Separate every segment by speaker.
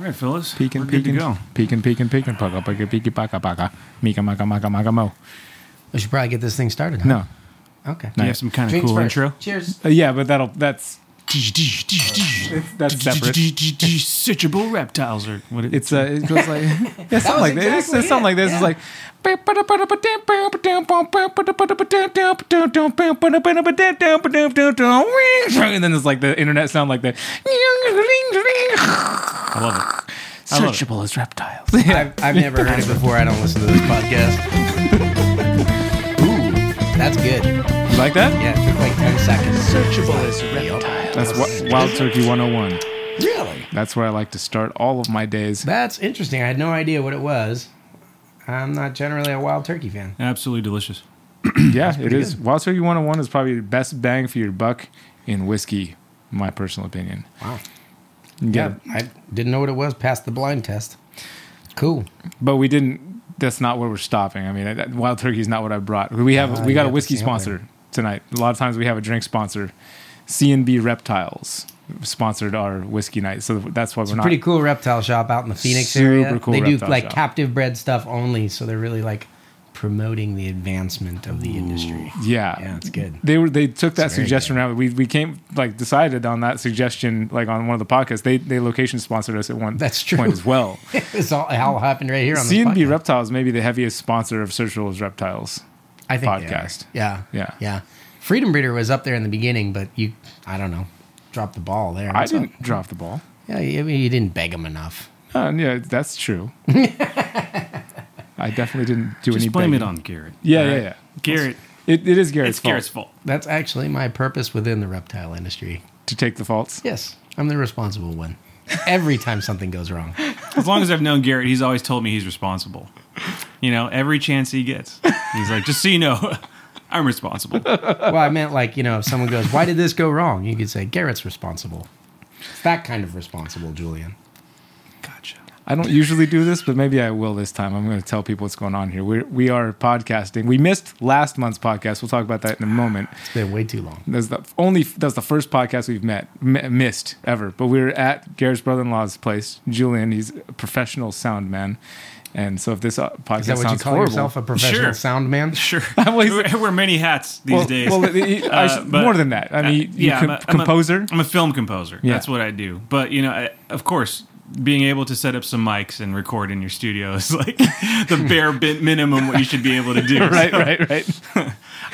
Speaker 1: right, Phyllis.
Speaker 2: Peeking,
Speaker 1: we're good to
Speaker 2: peeking,
Speaker 1: go.
Speaker 2: peeking, peeking, peeking, paka, paka, peeky, paka, paka, mika, maka, maka, maka, mo.
Speaker 3: We should probably get this thing started. huh?
Speaker 2: No,
Speaker 3: Okay.
Speaker 1: Do you have some kind of
Speaker 3: Drinks
Speaker 1: cool
Speaker 3: first.
Speaker 1: intro?
Speaker 3: Cheers.
Speaker 2: Uh, yeah, but that'll that's that's separate.
Speaker 1: Searchable reptiles or what?
Speaker 2: It's uh, it goes like yeah, something
Speaker 3: was
Speaker 2: like this.
Speaker 3: exactly
Speaker 2: It's something like
Speaker 3: it,
Speaker 2: this.
Speaker 3: yeah.
Speaker 2: It's like and then it's like the internet sound like the
Speaker 1: I love it. I love it.
Speaker 2: searchable as reptiles.
Speaker 3: I've, I've never heard it before. I don't listen to this podcast.
Speaker 2: Ooh,
Speaker 3: That's good.
Speaker 2: you like that?
Speaker 3: Yeah, it took like 10 seconds. Searchable as
Speaker 2: That's what Wild Turkey 101.
Speaker 3: Really?
Speaker 2: That's where I like to start all of my days.
Speaker 3: That's interesting. I had no idea what it was. I'm not generally a wild turkey fan.
Speaker 1: Absolutely delicious.
Speaker 2: Yeah, it is. Wild Turkey 101 is probably the best bang for your buck in whiskey, in my personal opinion.
Speaker 3: Wow.
Speaker 2: You get
Speaker 3: Yeah, I didn't know what it was past the blind test. Cool.
Speaker 2: but we didn't. That's not where we're stopping. I mean, that, wild turkey is not what I brought. We have we
Speaker 3: you
Speaker 2: got
Speaker 3: got
Speaker 2: a
Speaker 3: the
Speaker 2: whiskey
Speaker 3: sampler.
Speaker 2: sponsor tonight. A lot of times we have a drink sponsor. CNB Reptiles sponsored our whiskey night, so that's why we're not.
Speaker 3: Pretty cool reptile shop out in the Phoenix
Speaker 2: Super
Speaker 3: area.
Speaker 2: cool
Speaker 3: they do
Speaker 2: reptile
Speaker 3: like
Speaker 2: shop.
Speaker 3: captive bred stuff only, so they're really like promoting the advancement of the industry.
Speaker 2: Yeah,
Speaker 3: Yeah, it's good.
Speaker 2: They were they took that
Speaker 3: It's very
Speaker 2: suggestion around. We we came like decided on that suggestion like on one of the podcasts. They they location sponsored us at one
Speaker 3: That's true.
Speaker 2: point as well.
Speaker 3: it's all, it all happened right here on the
Speaker 2: CNB Reptiles may be the heaviest sponsor of Searchables Reptiles.
Speaker 3: I think they
Speaker 2: podcast.
Speaker 3: are. Yeah.
Speaker 2: Yeah.
Speaker 3: Yeah. Freedom Breeder was up there in the beginning, but you, I don't know, dropped the ball there.
Speaker 2: I
Speaker 3: That's all.
Speaker 2: didn't drop the ball.
Speaker 3: Yeah, you, I mean, you didn't beg him enough.
Speaker 2: Uh, yeah, that's true. I definitely didn't do any.
Speaker 1: Just blame it
Speaker 2: begging.
Speaker 1: on Garrett.
Speaker 2: Yeah,
Speaker 1: all
Speaker 2: yeah,
Speaker 1: right?
Speaker 2: yeah.
Speaker 1: Garrett.
Speaker 2: It, it is Garrett's
Speaker 1: It's
Speaker 2: fault
Speaker 1: Garrett's fault.
Speaker 3: That's actually my purpose within the reptile industry.
Speaker 2: to take the faults.
Speaker 3: Yes, I'm the responsible one. Every time something goes wrong,
Speaker 1: As long as I've known Garrett, he's always told me he's responsible. You know, every chance he gets, he's like, just so you know, I'm responsible.
Speaker 3: well, I meant like you know, if someone goes, "Why did this go wrong?" You could say Garrett's responsible. It's that kind of responsible, Julian.
Speaker 1: Gotcha.
Speaker 2: I don't usually do this, but maybe I will this time. I'm going to tell people what's going on here. We're, we are podcasting. We missed last month's podcast. We'll talk about that in a moment.
Speaker 3: It's been way too long.
Speaker 2: That's the only that's the first podcast we've met m- missed ever. But we were at Garrett's brother-in-law's place. Julian, he's a professional sound man, and so if this uh, podcast
Speaker 3: Is that what you
Speaker 2: sounds
Speaker 3: call
Speaker 2: horrible,
Speaker 3: yourself, a professional
Speaker 1: Sure.
Speaker 3: sound man?
Speaker 1: Sure.
Speaker 2: Well,
Speaker 1: I
Speaker 2: he's-
Speaker 1: wear, I wear many hats these
Speaker 2: well,
Speaker 1: days.
Speaker 2: well, he- he- I
Speaker 1: Uh,
Speaker 2: should-
Speaker 1: but-
Speaker 2: more than that. I mean,
Speaker 1: Uh,
Speaker 2: you
Speaker 1: yeah,
Speaker 2: com-
Speaker 1: I'm a- I'm a-
Speaker 2: composer.
Speaker 1: I'm a film composer.
Speaker 2: Yeah.
Speaker 1: That's what I do. But you know, I, of course, being able to set up some mics and record in your studio is like the bare bit minimum what you should be able to do.
Speaker 2: right, right, right.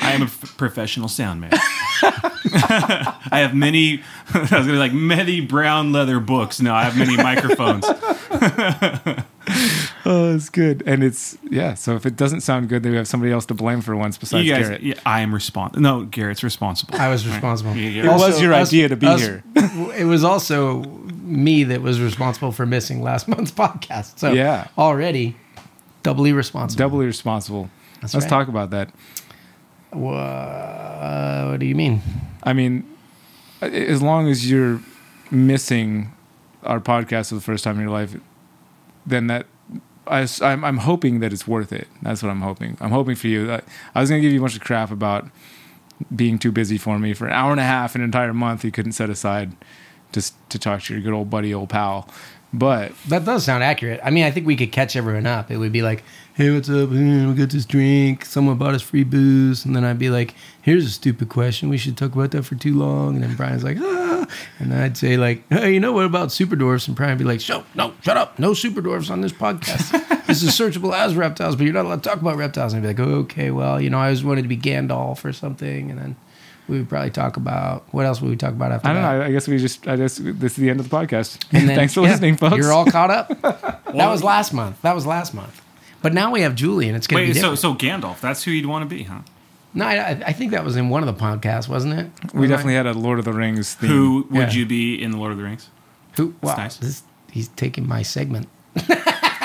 Speaker 1: I am a f- professional sound man. I have many. I was gonna be like many brown leather books. No, I have many microphones.
Speaker 2: Oh, it's good. And it's yeah, so if it doesn't sound good, then we have somebody else to blame for once besides
Speaker 1: you guys,
Speaker 2: Garrett.
Speaker 1: yeah, I am responsible. No, Garrett's responsible.
Speaker 3: I was responsible.
Speaker 1: Yeah, yeah.
Speaker 2: It was your idea to be here.
Speaker 3: it was also me that was responsible for missing last month's podcast. So
Speaker 2: Yeah.
Speaker 3: already doubly responsible.
Speaker 2: Doubly responsible.
Speaker 3: That's
Speaker 2: Let's
Speaker 3: right.
Speaker 2: talk about that.
Speaker 3: Wha- what do you mean?
Speaker 2: I mean, a- as long as you're missing our podcast for the first time in your life, then that I, am I'm hoping that it's worth it. That's what I'm hoping. I'm hoping for you. I, I was gonna give you a bunch of crap about being too busy for me for an hour and a half, an entire month. You couldn't set aside just to talk to your good old buddy, old pal. But
Speaker 3: That does sound accurate. I mean, I think we could catch everyone up. It would be like, hey, what's up? Hmm, We got this drink. Someone bought us free booze. And then I'd be like, here's a stupid question. We should talk about that for too long. And then Brian's like, ah. And I'd say, like, hey, you know what about super dwarfs? And Brian would be like, so, no, shut up. No super dwarfs on this podcast. this is searchable as reptiles, but you're not allowed to talk about reptiles. And I'd be like, okay, well, you know, I always wanted to be Gandalf or something. And then we would probably talk about what else would we talk about after
Speaker 2: I don't
Speaker 3: that?
Speaker 2: know. I guess we just. I guess this is the end of the podcast.
Speaker 3: And then-
Speaker 2: Thanks for
Speaker 3: yeah,
Speaker 2: listening, folks.
Speaker 3: You're all caught up. that was last month. That was last month. But now we have Julie, and it's going to
Speaker 1: Wait,
Speaker 3: be
Speaker 1: so
Speaker 3: different.
Speaker 1: so Gandalf, that's who you'd want to be, huh?
Speaker 3: no, I, I think that was in one of the podcasts, wasn't it?
Speaker 2: we definitely had a Lord of the Rings theme.
Speaker 1: Who would
Speaker 2: Yeah.
Speaker 1: you be in the Lord of the Rings?
Speaker 3: Who? Wow,
Speaker 1: nice.
Speaker 3: this- he's taking my segment.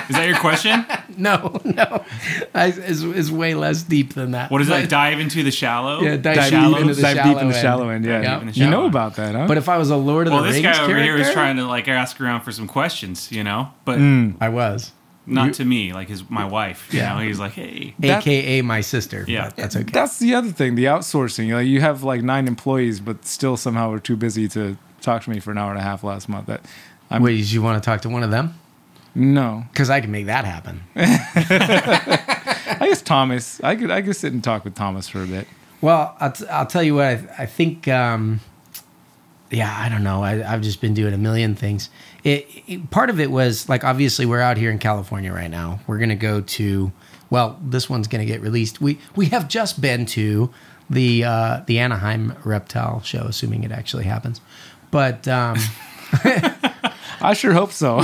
Speaker 1: Is that your question?
Speaker 3: No, no, I, it's, it's way less deep than that.
Speaker 1: What is
Speaker 3: But-
Speaker 1: that? Dive into the shallow.
Speaker 3: Yeah, dive
Speaker 2: dive
Speaker 1: shallow.
Speaker 2: deep into the dive
Speaker 3: shallow
Speaker 2: deep in the
Speaker 3: end.
Speaker 2: shallow end? Yeah,
Speaker 3: Yeah. Deep in
Speaker 1: the
Speaker 2: you
Speaker 1: shallow
Speaker 2: know
Speaker 1: end.
Speaker 2: about that, huh?
Speaker 3: But if I was a Lord of
Speaker 1: well,
Speaker 3: the
Speaker 1: this
Speaker 3: Rings
Speaker 1: guy over
Speaker 3: character,
Speaker 1: here is trying to like ask around for some questions, you know, but
Speaker 3: I was,
Speaker 1: not to me, like his my wife. You
Speaker 3: Mm. Yeah.
Speaker 1: know, he's like, hey,
Speaker 2: That-
Speaker 3: aka my sister.
Speaker 1: Yeah.
Speaker 3: but that's okay.
Speaker 2: That's the other thing, the outsourcing. Like you have like nine employees, but still somehow are too busy to talk to me for an hour and a half last month. That I'm-
Speaker 3: Wait, did you want to talk to one of them?
Speaker 2: No,
Speaker 3: Because I can make that happen.
Speaker 2: I guess Thomas. I could I could sit and talk with Thomas for a bit.
Speaker 3: Well, I'll, t- I'll tell you what. I, I think, um, yeah, I don't know. I, I've just been doing a million things. It, it- part of it was like obviously we're out here in California right now. We're gonna go to. Well, this one's gonna get released. We we have just been to the uh, the Anaheim Reptile show, assuming it actually happens. But um,
Speaker 2: I sure hope so.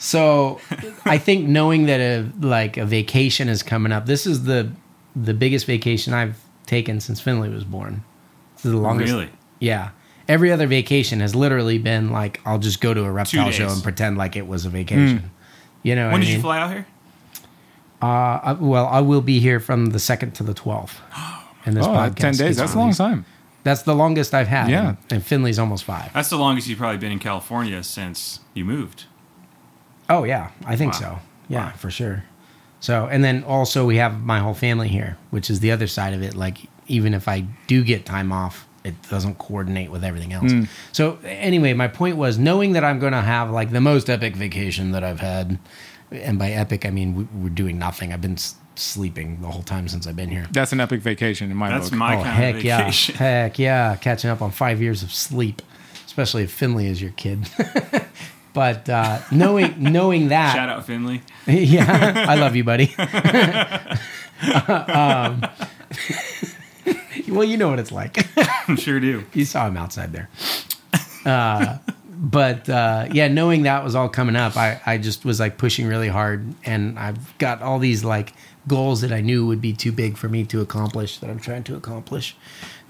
Speaker 3: So I think knowing that a like a vacation is coming up, this is the the biggest vacation I've taken since Finley was born. This is the longest.
Speaker 1: Really?
Speaker 3: Yeah. Every other vacation has literally been like I'll just go to a reptile
Speaker 1: days. Hmm.
Speaker 3: show and pretend like it was a vacation. You know.
Speaker 1: When
Speaker 3: what I
Speaker 1: did you
Speaker 3: mean?
Speaker 1: fly out here?
Speaker 3: Uh, I- well, I will be here from the second to the twelfth. And this
Speaker 2: oh,
Speaker 3: podcast
Speaker 2: ten days.
Speaker 3: gets
Speaker 2: That's a long
Speaker 3: released.
Speaker 2: time.
Speaker 3: That's the longest I've had.
Speaker 2: Yeah.
Speaker 3: And, and Finley's almost five.
Speaker 1: That's the longest you've probably been in California since you moved.
Speaker 3: Oh yeah, I think
Speaker 1: Wow.
Speaker 3: so. Yeah, for sure. So, and then also we have my whole family here, which is the other side of it. Like, even if I do get time off, it doesn't coordinate with everything else.
Speaker 1: Hmm.
Speaker 3: So, anyway, my point was knowing that I'm going to have like the most epic vacation that I've had, and by epic I mean we, we're doing nothing. I've been s- sleeping the whole time since I've been here.
Speaker 2: That's an epic vacation in my
Speaker 1: That's
Speaker 2: book.
Speaker 1: my
Speaker 3: oh
Speaker 1: kind
Speaker 3: heck
Speaker 1: of
Speaker 3: yeah,
Speaker 1: vacation.
Speaker 3: heck yeah, catching up on five years of sleep, especially if Finley is your kid. but uh, knowing knowing that,
Speaker 1: Shout out Finley.
Speaker 3: yeah, I love you, buddy. um, um, well, you know what it's like.
Speaker 1: I sure do.
Speaker 3: you saw him outside there. Uh, but uh, yeah, knowing that was all coming up, I, I just was like pushing really hard, and I've got all these like goals that I knew would be too big for me to accomplish that I'm trying to accomplish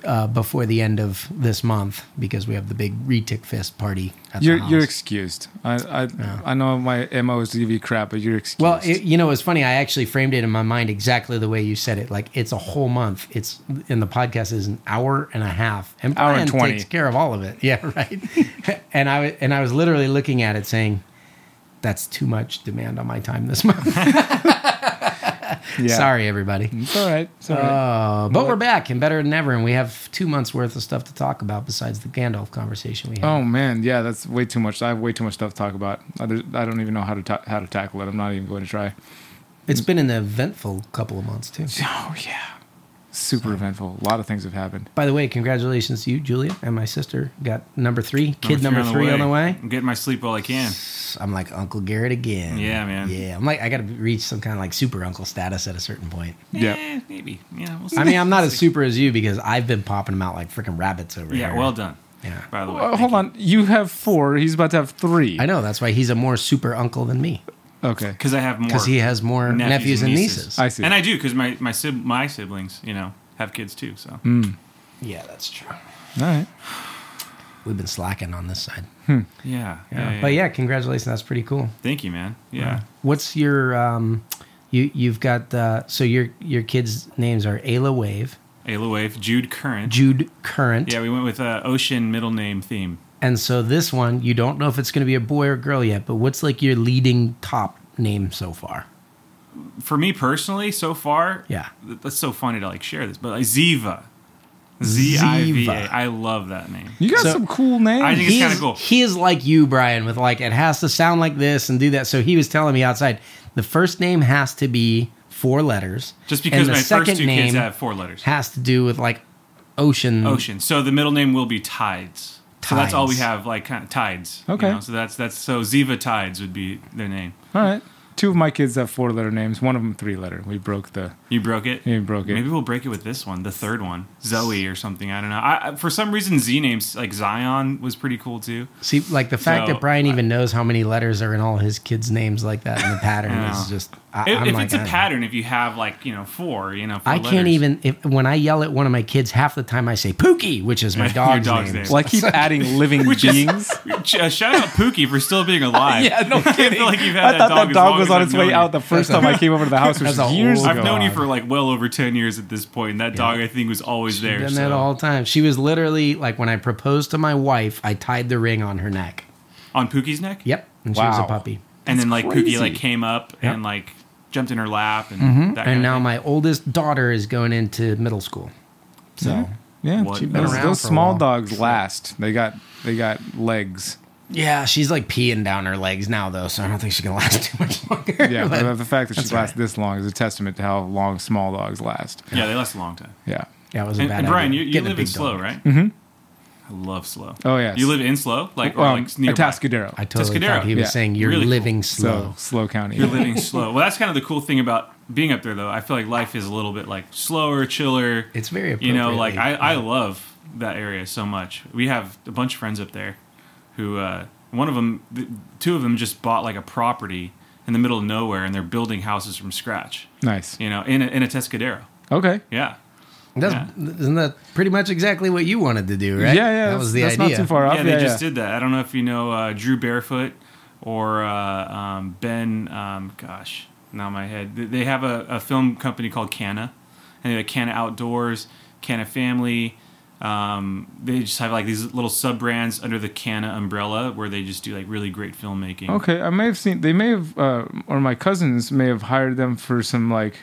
Speaker 3: uh, before the end of this month because we have the big retic fist party. At
Speaker 2: You're
Speaker 3: the house.
Speaker 2: you're excused. I I, I know my mo is to give you crap, but you're excused.
Speaker 3: Well, it, you know, it's funny. I actually framed it in my mind exactly the way you said it. Like it's a whole month. It's and the podcast is an hour and a half, and
Speaker 2: Hour
Speaker 3: Brian
Speaker 2: and 20.
Speaker 3: takes care of all of it. Yeah, right. and I and I was literally looking at it saying, "That's too much demand on my time this month."
Speaker 2: yeah.
Speaker 3: Sorry, everybody.
Speaker 2: It's all right. It's all right.
Speaker 3: Uh, but we're back and better than ever, and we have two months worth of stuff to talk about besides the Gandalf conversation we had.
Speaker 2: Oh man, yeah, that's way too much. I have way too much stuff to talk about. I don't I don't even know how to ta- how to tackle it. I'm not even going to try.
Speaker 3: It's been an eventful couple of months too.
Speaker 2: Oh yeah, super eventful. A lot of things have happened.
Speaker 3: By the way, congratulations to you, Julia, and my sister got number three, kid number three, on the way.
Speaker 1: I'm getting my sleep while I can.
Speaker 3: I'm like Uncle Garrett again.
Speaker 1: Yeah, man.
Speaker 3: Yeah, I'm like I got to reach some kind of like super uncle status at a certain point.
Speaker 2: Yeah.
Speaker 1: Eh, maybe. Yeah, we'll see.
Speaker 3: I mean, I'm not as super as you because I've been popping them out like freaking rabbits over here.
Speaker 1: Yeah, well done.
Speaker 3: Yeah.
Speaker 1: By the way,
Speaker 2: Well,
Speaker 1: Thank
Speaker 2: Uh, hold
Speaker 1: you.
Speaker 2: on, you have four. He's about to have three.
Speaker 3: I know that's why he's a more super uncle than me
Speaker 2: Okay,
Speaker 1: because I have more.
Speaker 3: because he has more nephews, and nieces.
Speaker 2: I see.
Speaker 1: And I do because my my, sib- my siblings, you know, have kids too. So
Speaker 3: Mm. yeah, that's true.
Speaker 2: all right.
Speaker 3: We've been slacking on this side.
Speaker 1: yeah,
Speaker 3: Yeah. But yeah, congratulations. That's pretty cool.
Speaker 1: Thank you, man. Yeah.
Speaker 3: What's your um, you you've got uh, so your your kids' names are Ayla Wave,
Speaker 1: Ayla Wave, Jude Current.
Speaker 3: Jude Current,
Speaker 1: Yeah, we went with uh, ocean middle name theme.
Speaker 3: And so this one, you don't know if it's going to be a boy or girl yet, but what's like your leading top name so far?
Speaker 1: For me personally, so far,
Speaker 3: Yeah.
Speaker 1: th- that's so funny to like share this, but like Ziva, Z I V A.
Speaker 3: Ziva.
Speaker 1: I love that name.
Speaker 2: You got
Speaker 3: So-
Speaker 2: some cool names.
Speaker 1: I think it's kinda
Speaker 3: He's-
Speaker 1: cool.
Speaker 3: He is like you, Brian, with like it has to sound like this and do that. So he was telling me outside, the first name has to be four letters.
Speaker 1: Just
Speaker 3: and
Speaker 1: because
Speaker 3: the
Speaker 1: my
Speaker 3: second
Speaker 1: first two
Speaker 3: name
Speaker 1: kids have four letters.
Speaker 3: has to do with like ocean.
Speaker 1: Ocean. So the middle name will be Tides. So that's all we
Speaker 3: Tides.
Speaker 1: have, like kind of Tides.
Speaker 2: Okay.
Speaker 1: So that's that's so Ziva Tides would be their name.
Speaker 2: all right. Two of my kids have four letter names. One of them three letter. We broke the.
Speaker 1: You broke it.
Speaker 2: Yeah, we broke it.
Speaker 1: Maybe we'll break it with this one, the third one, Zoe or something. I don't know. I, I- for some reason, Z names like Zion was pretty cool too.
Speaker 3: See, like the fact
Speaker 1: So,
Speaker 3: that Brian even knows how many letters are in all his kids' names like that in the pattern
Speaker 1: Yeah.
Speaker 3: is just. I,
Speaker 1: If,
Speaker 3: I'm
Speaker 1: if
Speaker 3: like,
Speaker 1: it's a
Speaker 3: I don't know.
Speaker 1: pattern, if you have like you know four, you know, four
Speaker 3: I can't
Speaker 1: letters.
Speaker 3: even if when I yell at one of my kids, half the time I say Pookie, which is my
Speaker 1: Your
Speaker 3: dog's,
Speaker 1: dog's
Speaker 3: name.
Speaker 1: name.
Speaker 2: Well, I keep adding living beings.
Speaker 1: Ch- uh, shout out Pookie for still being alive.
Speaker 2: yeah, no
Speaker 1: I
Speaker 2: kidding.
Speaker 1: feel
Speaker 2: I,
Speaker 1: like you've had that dog
Speaker 2: thought that
Speaker 1: as
Speaker 2: dog
Speaker 1: long
Speaker 2: was
Speaker 1: as
Speaker 2: on
Speaker 1: I've
Speaker 2: its way
Speaker 1: known
Speaker 2: out
Speaker 1: you.
Speaker 2: the first time I came over to the house, which
Speaker 3: That's
Speaker 2: was
Speaker 3: a
Speaker 2: years
Speaker 3: old
Speaker 2: ago.
Speaker 1: I've known you
Speaker 3: God.
Speaker 1: for like well over ten years at this point, and that dog I think was always there.
Speaker 3: Done
Speaker 1: so.
Speaker 3: that all the time. She was literally like when I proposed to my wife, I tied the ring on her neck.
Speaker 1: on Pookie's neck.
Speaker 3: Yep, and she was a
Speaker 2: Wow.
Speaker 3: puppy.
Speaker 1: and then like
Speaker 2: crazy.
Speaker 1: Pookie like came up
Speaker 3: Yep. Mm-hmm.
Speaker 1: and like jumped in her lap and that kind
Speaker 3: And
Speaker 1: of
Speaker 3: now
Speaker 1: thing.
Speaker 3: my oldest daughter is going into middle school. So
Speaker 2: Yeah,
Speaker 1: What?
Speaker 2: she-
Speaker 1: Been
Speaker 2: those,
Speaker 3: around
Speaker 2: those
Speaker 3: for a
Speaker 2: small
Speaker 3: while.
Speaker 2: dogs last. They got they got legs.
Speaker 3: Yeah, she's like peeing down her legs now though, so I don't think she can last too much longer.
Speaker 2: Yeah,
Speaker 3: But-
Speaker 2: but the fact that she
Speaker 3: That's
Speaker 2: lasts this long is a testament to how long small dogs last.
Speaker 1: Yeah, they last a long time.
Speaker 2: Yeah.
Speaker 3: yeah, it was a
Speaker 1: And,
Speaker 3: bad
Speaker 1: and Brian,
Speaker 3: idea.
Speaker 1: you, you
Speaker 3: Getting a
Speaker 1: live in
Speaker 3: big
Speaker 1: slow,
Speaker 3: dog.
Speaker 1: right? Mm-hmm. I love slow.
Speaker 2: Oh, yes.
Speaker 1: You live in slow, like or
Speaker 2: Um,
Speaker 1: like nearby.
Speaker 2: Atascadero.
Speaker 3: I totally
Speaker 1: Tuscadero.
Speaker 3: thought he was
Speaker 2: Yeah.
Speaker 3: saying you're
Speaker 1: Really cool.
Speaker 3: living
Speaker 2: so
Speaker 3: slow.
Speaker 2: slow county.
Speaker 1: You're living slow. Well, that's kind of the cool thing about being up there, though. I feel like life is a little bit like slower, chiller.
Speaker 3: It's very
Speaker 1: you know, like I,
Speaker 3: appropriately-
Speaker 1: I love that area so much. We have a bunch of friends up there who uh, one of them, th- two of them, just bought like a property in the middle of nowhere, and they're building houses from scratch.
Speaker 2: nice.
Speaker 1: You know, in a, in a Tescadero.
Speaker 2: Okay.
Speaker 1: Yeah.
Speaker 3: That's, Isn't that pretty much exactly what you wanted to do, right?
Speaker 2: Yeah, yeah.
Speaker 3: That
Speaker 2: that's-
Speaker 3: was the
Speaker 2: that's
Speaker 3: idea.
Speaker 2: not too far off.
Speaker 1: yeah, they just did that. I don't know if you know uh, Drew Barefoot or uh, um, Ben. Um, gosh, now my head. They- They have a, a film company called Canna, and they have Canna Outdoors, Canna Family. Um, they just have like these little sub brands under the Canna umbrella where they just do like really great filmmaking.
Speaker 2: Okay, I may have seen. They may have, uh, or my cousins may have hired them for some like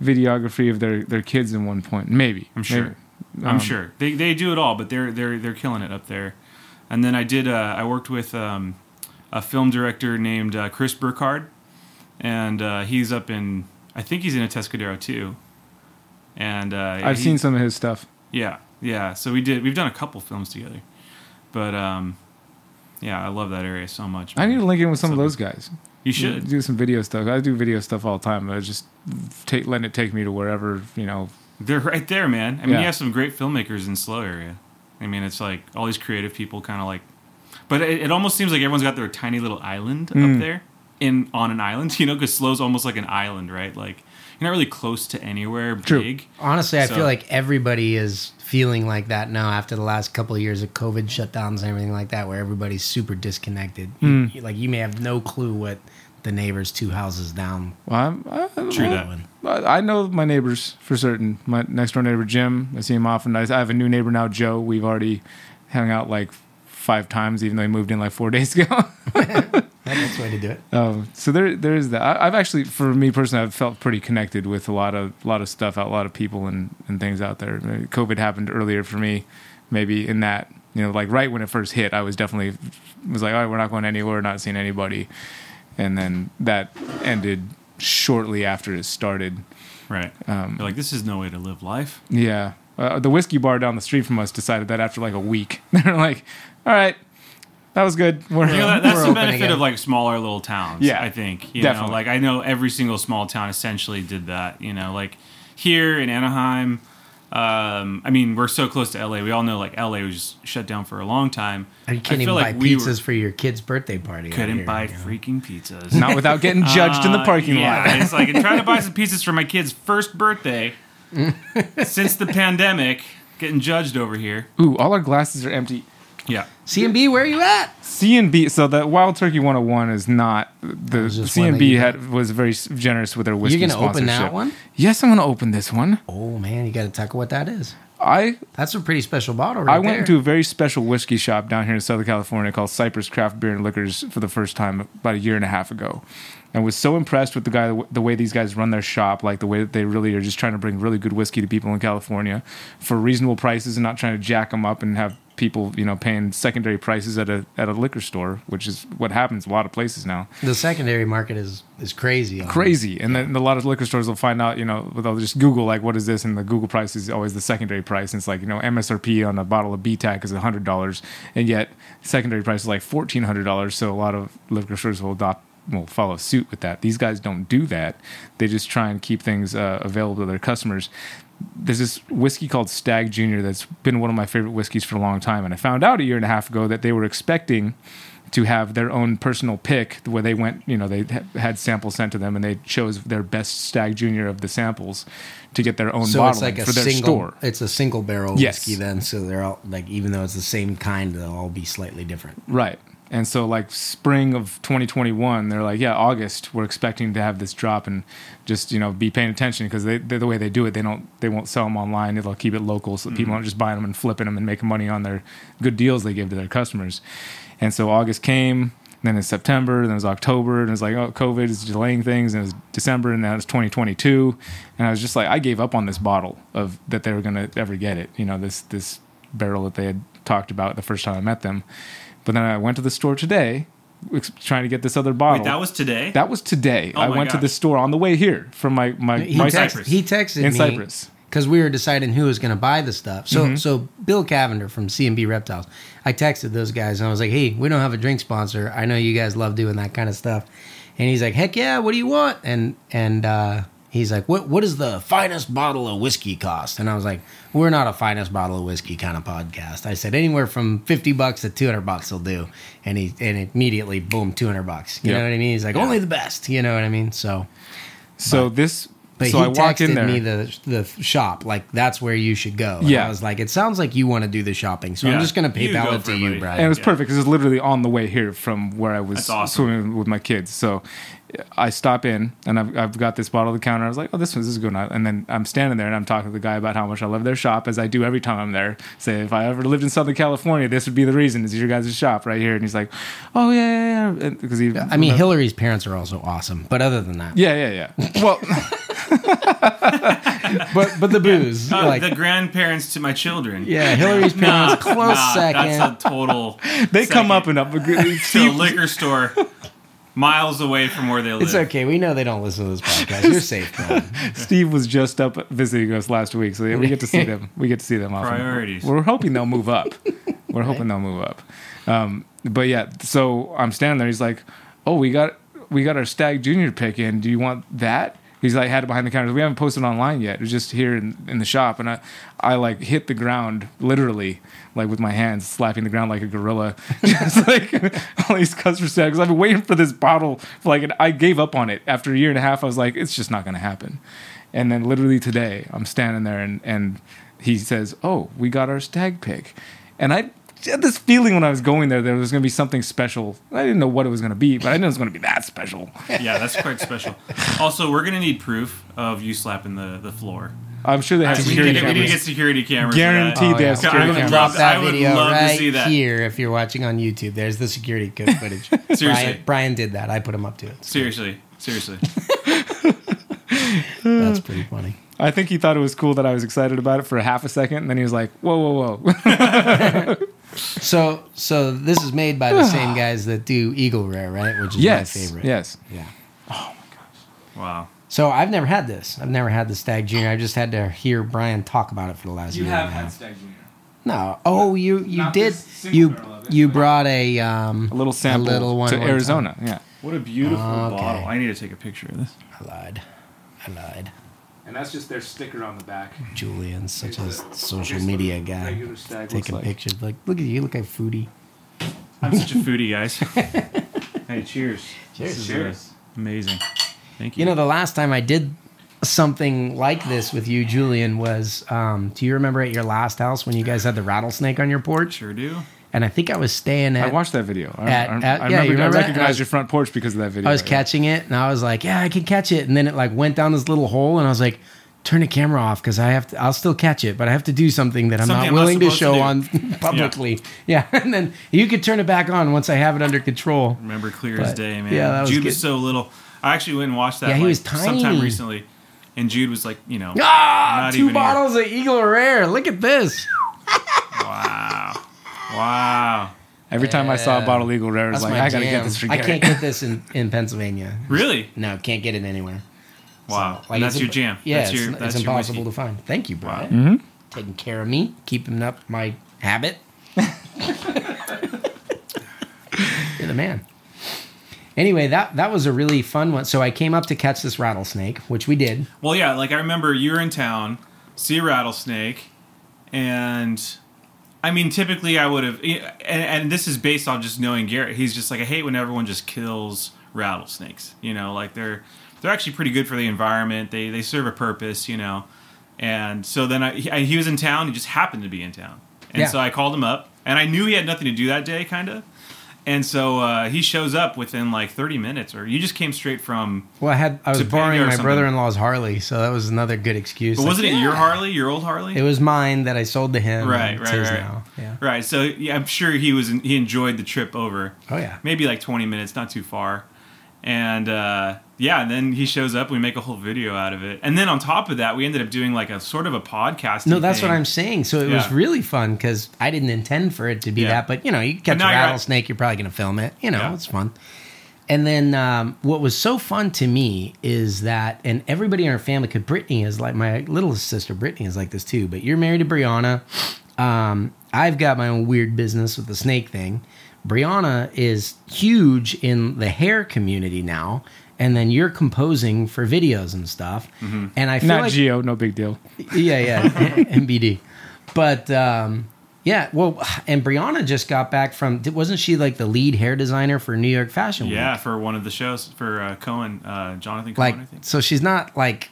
Speaker 2: videography of their their kids at one point. Maybe. Um,
Speaker 1: I'm sure.
Speaker 2: Maybe.
Speaker 1: I'm sure they they do it all, but they're they're they're killing it up there. And then I did uh, I worked with um, a film director named uh, Chris Burkhardt, and uh, he's up in I think he's in a Tescadero too. And uh,
Speaker 2: I've
Speaker 1: he-
Speaker 2: seen some of his stuff.
Speaker 1: yeah yeah. So we did we've done a couple films together, but um, yeah, I love that area so much.
Speaker 2: I need to link in with some of
Speaker 1: Something.
Speaker 2: those guys.
Speaker 1: you should
Speaker 2: do some video stuff. I do video stuff all the time. but I just take letting it take me to wherever you know.
Speaker 1: They're right there, man. I mean,
Speaker 2: Yeah.
Speaker 1: you have some great filmmakers in slow area. I mean, it's like all these creative people kind of like, but it, it almost seems like everyone's got their tiny little island
Speaker 2: Hmm.
Speaker 1: up there in on an island, you know, because slow's almost like an island, right? Like you're not really close to anywhere
Speaker 2: True.
Speaker 1: big.
Speaker 3: Honestly, I
Speaker 1: So-
Speaker 3: feel like everybody is feeling like that now after the last couple of years of COVID shutdowns and everything like that, where everybody's super disconnected. You-
Speaker 1: Hmm.
Speaker 3: you- like you may have no clue what the neighbor's two houses down.
Speaker 2: Well, I'm, I,
Speaker 1: True
Speaker 2: I-
Speaker 1: that.
Speaker 3: doing.
Speaker 2: I I know my neighbors for certain. My next door neighbor Jim, I see him often. I I have a new neighbor now, Joe. We've already hung out like five times, even though he moved in like four days ago.
Speaker 3: That's the way to do it.
Speaker 2: Um, so there, there is that. I, I've actually, for me personally, I've felt pretty connected with a lot of, lot of stuff, out, a lot of people and, and things out there. Maybe COVID happened earlier for me, maybe in that, you know, like right when it first hit, I was definitely was like, all right, we're not going anywhere, not seeing anybody, and then that ended shortly after it started.
Speaker 1: Right.
Speaker 2: Um,
Speaker 1: You're like, this is no way to live life.
Speaker 2: Yeah, uh, the whiskey bar down the street from us decided that after like a week, they're like, all right, that was good. We're,
Speaker 1: You know, that,
Speaker 2: we're
Speaker 1: that's the
Speaker 2: open."
Speaker 1: benefit
Speaker 3: again.
Speaker 1: of like smaller little towns.
Speaker 2: Yeah,
Speaker 1: I think you
Speaker 2: definitely.
Speaker 1: know, like I know every single small town essentially did that. You know, like here in Anaheim, um, I mean, we're so close to LA. We all know like LA was shut down for a long time.
Speaker 3: You can't
Speaker 1: I feel
Speaker 3: even
Speaker 1: like
Speaker 3: buy
Speaker 1: we
Speaker 3: pizzas for your kid's birthday party. out
Speaker 1: were, couldn't
Speaker 3: here,
Speaker 1: buy
Speaker 3: you know?
Speaker 1: freaking pizzas.
Speaker 2: Not without getting judged in the
Speaker 1: Uh,
Speaker 2: parking lot.
Speaker 1: yeah, it's like I'm trying to buy some pizzas for my kid's first birthday since the pandemic. Getting judged over here.
Speaker 2: Ooh, all our glasses are empty.
Speaker 1: Yeah.
Speaker 3: C&B, where are you at?
Speaker 2: C and B. So that Wild Turkey 101 is not the
Speaker 3: was just
Speaker 2: C and
Speaker 3: one that
Speaker 2: B
Speaker 3: you
Speaker 2: had was very s- generous with their whiskey.
Speaker 3: gonna open that
Speaker 2: sponsorship.
Speaker 3: one?
Speaker 2: Yes, I'm gonna open this one.
Speaker 3: Oh man, you got to tackle what that is.
Speaker 2: I
Speaker 3: That's a pretty special bottle. Right
Speaker 2: I went
Speaker 3: there.
Speaker 2: to a very special whiskey shop down here in Southern California called Cypress Craft Beer and Liquors for the first time about a year and a half ago, and was so impressed with the guy the way these guys run their shop, like the way that they really are just trying to bring really good whiskey to people in California for reasonable prices and not trying to jack them up and have people you know paying secondary prices at a at a liquor store, which is what happens a lot of places now.
Speaker 3: the secondary market is is crazy. on
Speaker 2: crazy. And then a lot of liquor stores will find out, you know, they'll just Google like, what is this? And the Google price is always the secondary price. And it's like, you know, MSRP on a bottle of BTAC is hundred dollars, and yet secondary price is like fourteen hundred dollars. So a lot of liquor stores will adopt. Will follow suit with that. These guys don't do that. They just try and keep things uh, available to their customers. There's this whiskey called Stag Junior that's been one of my favorite whiskeys for a long time, and I found out a year and a half ago that they were expecting to have their own personal pick where they went, you know, they ha- had samples sent to them and they chose their best Stag Junior of the samples to get their own
Speaker 3: So it's
Speaker 2: bottle
Speaker 3: like a
Speaker 2: for their
Speaker 3: single.
Speaker 2: store.
Speaker 3: It's a single barrel
Speaker 2: Yes.
Speaker 3: whiskey then. So they're all like, even though it's the same kind, they'll all be slightly different.
Speaker 2: Right. And so, like, spring of 2021, they're like, yeah, August, we're expecting to have this drop and just, you know, be paying attention because they, they, the way they do it, they don't, they won't sell them online. They'll keep it local so that people aren't just buying them and flipping them and making money on their good deals they give to their customers. And so, August came, then it's September, then it's October, and it's like, oh, COVID is delaying things, and it's December, and now it's 2022. And I was just like, I gave up on this bottle of that they were going to ever get it, you know, this, this barrel that they had talked about the first time I met them But then I went to the store today, ex- trying to get this other bottle.
Speaker 1: Wait, that was today.
Speaker 2: That was today.
Speaker 1: Oh
Speaker 2: I
Speaker 1: my
Speaker 2: went to
Speaker 1: gosh.
Speaker 2: the store on the way here from my my,
Speaker 3: He,
Speaker 2: my
Speaker 1: text-
Speaker 2: Cyprus.
Speaker 1: Cyprus.
Speaker 3: text, he texted me
Speaker 2: In Cyprus.
Speaker 3: because we were deciding who was going to buy the stuff. So
Speaker 2: Mm-hmm.
Speaker 3: so Bill Cavender from CMB Reptiles, I texted those guys and I was like, "Hey, we don't have a drink sponsor. I know you guys love doing that kind of stuff." And he's like, "Heck yeah, what do you want?" And and uh, he's like, "What what does the finest bottle of whiskey cost?" And I was like, "We're not a finest bottle of whiskey kind of podcast." I said, "Anywhere from fifty bucks to two hundred bucks will do." And he and immediately boom, two hundred bucks. You
Speaker 2: Yeah.
Speaker 3: know what I mean? He's like, "Only the best." You know what I mean? So.
Speaker 2: So this.
Speaker 3: But
Speaker 2: so
Speaker 3: he
Speaker 2: I walked
Speaker 3: texted
Speaker 2: in there.
Speaker 3: me the the shop like that's where you should go. And
Speaker 2: Yeah.
Speaker 3: I was like, it sounds like you want to do the shopping, so
Speaker 1: Yeah.
Speaker 3: I'm just gonna
Speaker 1: You
Speaker 3: PayPal
Speaker 1: go
Speaker 3: it
Speaker 1: for
Speaker 3: to
Speaker 1: it,
Speaker 3: you,
Speaker 1: buddy.
Speaker 3: Brian.
Speaker 2: and it was
Speaker 1: Yeah.
Speaker 2: perfect because it was literally on the way here from where I was
Speaker 1: That's awesome.
Speaker 2: swimming with my kids. So I stop in and I've, I've got this bottle on the counter. I was like, oh, this, one's this is good. And then I'm standing there and I'm talking to the guy about how much I love their shop, as I do every time I'm there. Say, if I ever lived in Southern California, this would be the reason is your guys' shop right here. And he's like, oh, yeah, yeah, yeah. Because he,
Speaker 3: I mean, Hillary's parents are also awesome, but other than that,
Speaker 2: yeah, yeah, yeah. Well,
Speaker 3: but but the booze,
Speaker 1: Uh,
Speaker 3: like,
Speaker 1: the grandparents to my children.
Speaker 3: yeah, Hillary's parents close
Speaker 1: Nah,
Speaker 3: second.
Speaker 1: Ah, That's a total.
Speaker 2: they come
Speaker 1: second
Speaker 2: up and up.
Speaker 1: to a liquor store miles away from where they live.
Speaker 3: It's okay. We know they don't listen to this podcast. You're safe, Brian.
Speaker 2: Steve was just up visiting us last week, so yeah, we get to see them. We get to see them often.
Speaker 1: Priorities.
Speaker 2: We're hoping they'll move up. We're hoping they'll move up. Um, but yeah, so I'm standing there. He's like, "Oh, we got we got our Stag Junior pick in. Do you want that?" He's like, "Had it behind the counter. We haven't posted online yet. It was just here in, in the shop." And I, I like hit the ground literally, like with my hands slapping the ground like a gorilla, just like all these customer stags. I've been waiting for this bottle for like an, I gave up on it after a year and a half. I was like, it's just not gonna happen. And then literally today, I'm standing there and, and he says, Oh, we got our stag pick. And I had this feeling when I was going there that there was going to be something special. I didn't know what it was going to be, but I knew it was going to be that special.
Speaker 1: Yeah, that's quite special. Also, we're gonna need proof of you slapping the, the floor.
Speaker 2: I'm sure they have
Speaker 1: We need,
Speaker 2: security
Speaker 1: to get, we need to
Speaker 2: cameras. Oh,
Speaker 1: get security cameras.
Speaker 2: Guaranteed
Speaker 1: For
Speaker 2: they have
Speaker 1: that.
Speaker 2: security
Speaker 1: I'm gonna
Speaker 2: cameras.
Speaker 3: Drop that
Speaker 1: I would
Speaker 3: video
Speaker 1: love
Speaker 3: right
Speaker 1: to see that.
Speaker 3: here if you're watching on YouTube. There's the security code footage.
Speaker 1: Seriously.
Speaker 3: Brian, Brian did that. I put him up to it.
Speaker 1: Seriously, seriously.
Speaker 3: That's pretty funny.
Speaker 2: I think he thought it was cool that I was excited about it for a half a second, and then he was like, Whoa, whoa, whoa.
Speaker 3: So, so this is made by the same guys that do Eagle Rare, right? Which is
Speaker 2: yes.
Speaker 3: my favorite.
Speaker 2: Yes.
Speaker 3: Yeah.
Speaker 1: Wow.
Speaker 3: So I've never had this. I've never had the Stag Junior. I just had to hear Brian talk about it for the last year and a half.
Speaker 2: Stag Junior.
Speaker 3: No. Oh, you you
Speaker 2: Not
Speaker 3: did.
Speaker 2: this single
Speaker 3: You
Speaker 2: barrel of it,
Speaker 3: you
Speaker 2: but-
Speaker 3: brought a um
Speaker 2: A little sample
Speaker 3: little one
Speaker 2: to
Speaker 3: one
Speaker 2: Arizona. Yeah.
Speaker 1: What a beautiful
Speaker 3: Okay.
Speaker 1: bottle. I need to take a picture of this.
Speaker 3: Time. I lied. I lied.
Speaker 2: And that's just their sticker on the back.
Speaker 3: Julian's such a social media guy.
Speaker 2: stag
Speaker 3: Taking pictures like look at you, look like foodie.
Speaker 1: I'm such a foodie, guys. hey, cheers.
Speaker 3: Cheers.
Speaker 1: This is, uh,
Speaker 2: Cheers.
Speaker 1: amazing. Thank you.
Speaker 3: You know, the last time I did something like this with you, Julian, was um, do you remember at your last house when you guys had the rattlesnake on your porch?
Speaker 1: sure do.
Speaker 3: And I think I was staying
Speaker 2: I
Speaker 3: at.
Speaker 2: watched that video. I,
Speaker 3: At-
Speaker 2: I-
Speaker 3: at-
Speaker 2: I
Speaker 3: yeah,
Speaker 2: remember,
Speaker 3: you remember
Speaker 2: I
Speaker 3: that?
Speaker 2: recognized
Speaker 3: I was-
Speaker 2: your front porch because of that video.
Speaker 3: I was
Speaker 2: yeah.
Speaker 3: catching it, and I was like, "Yeah, I can catch it." And then it like went down this little hole, and I was like, "Turn the camera off because I have to. I'll still catch it, but I have to do something that I'm
Speaker 1: Something
Speaker 3: not
Speaker 1: I'm not
Speaker 3: willing to
Speaker 1: supposed to
Speaker 3: show
Speaker 1: do."
Speaker 3: on publicly." Yeah. and then you could turn it back on once I have it under control.
Speaker 1: Remember clear as
Speaker 3: But,
Speaker 1: day, man.
Speaker 3: yeah, that was
Speaker 1: Jude
Speaker 3: good.
Speaker 1: was so little. I actually went and watched that.
Speaker 3: Yeah, he
Speaker 1: like,
Speaker 3: was
Speaker 1: Sometime
Speaker 3: tiny.
Speaker 1: recently, and Jude was like, you know,
Speaker 3: Ah,
Speaker 1: Not even
Speaker 3: two
Speaker 1: here.
Speaker 3: bottles of Eagle Rare. Look at this.
Speaker 1: wow,
Speaker 3: Ah!
Speaker 1: wow,
Speaker 2: Every time I saw
Speaker 3: Yeah.
Speaker 2: a bottle of Eagle Rare, I was
Speaker 3: That's
Speaker 2: like,
Speaker 3: my
Speaker 2: I gotta
Speaker 3: jam.
Speaker 2: get this for
Speaker 3: I
Speaker 2: Gary.
Speaker 3: can't get this in in Pennsylvania.
Speaker 1: really?
Speaker 3: No, can't get it anywhere.
Speaker 1: Wow,
Speaker 3: Like,
Speaker 1: and that's
Speaker 3: it's
Speaker 1: your
Speaker 3: imp-
Speaker 1: jam.
Speaker 3: Yeah,
Speaker 1: that's
Speaker 3: it's,
Speaker 1: your,
Speaker 3: it's
Speaker 1: that's your
Speaker 3: impossible
Speaker 1: whiskey.
Speaker 3: to find. Thank you, Brian. Taking care of me, keeping up my habit. You're the man. Anyway, that that was a really fun one. So I came up to catch this rattlesnake, which we did.
Speaker 1: Well, yeah, like I remember you were in town, see a rattlesnake, and I mean, typically I would have, and, and this is based on just knowing Garrett. He's just like, I hate when everyone just kills rattlesnakes. You know, like they're they're actually pretty good for the environment. They they serve a purpose. You know, and so then I he, I- he was in town. He just happened to be in town, and
Speaker 3: Yeah.
Speaker 1: so I called him up, and I knew he had nothing to do that day, kind of. And so uh, he shows up within like 30 minutes, or you just came straight from.
Speaker 3: Well, I had I was
Speaker 1: To Pena
Speaker 3: borrowing
Speaker 1: or
Speaker 3: my
Speaker 1: something.
Speaker 3: brother-in-law's Harley, so that was another good excuse.
Speaker 1: But
Speaker 3: Like,
Speaker 1: wasn't it your
Speaker 3: "Yeah."
Speaker 1: Harley, your old Harley?
Speaker 3: It was mine that I sold to him.
Speaker 1: Right,
Speaker 3: and
Speaker 1: right,
Speaker 3: it's his
Speaker 1: right.
Speaker 3: now. Yeah.
Speaker 1: Right. So yeah, I'm sure he was he enjoyed the trip over.
Speaker 3: Oh yeah.
Speaker 1: Maybe like 20 minutes, not too far. and uh, yeah, and then he shows up. We make a whole video out of it, and then on top of that, we ended up doing like a sort of a podcast.
Speaker 3: No, that's what I'm saying. So it was
Speaker 1: Yeah.
Speaker 3: really fun because I didn't intend for it to be
Speaker 1: Yeah.
Speaker 3: that, but you know, you catch a
Speaker 1: now you're at-
Speaker 3: rattlesnake, you're probably going to film it. You know,
Speaker 1: Yeah.
Speaker 3: it's fun. And then um, what was so fun to me is that, and everybody in our family, because Brittany is like my little sister, Brittany is like this too, but you're married to Brianna. Um, I've got my own weird business with the snake thing. Brianna is huge in the hair community now. And then you're composing for videos and stuff.
Speaker 1: Mm-hmm.
Speaker 3: And I feel
Speaker 2: Not
Speaker 3: like
Speaker 2: Geo, no big deal.
Speaker 3: yeah, yeah, MBD. But um, yeah, well, and Brianna just got back from wasn't she like the lead hair designer for New York Fashion Week?
Speaker 1: Yeah, for one of the shows for uh, Cohen, uh, Jonathan Cohen,
Speaker 3: like
Speaker 1: I think.
Speaker 3: so she's not like,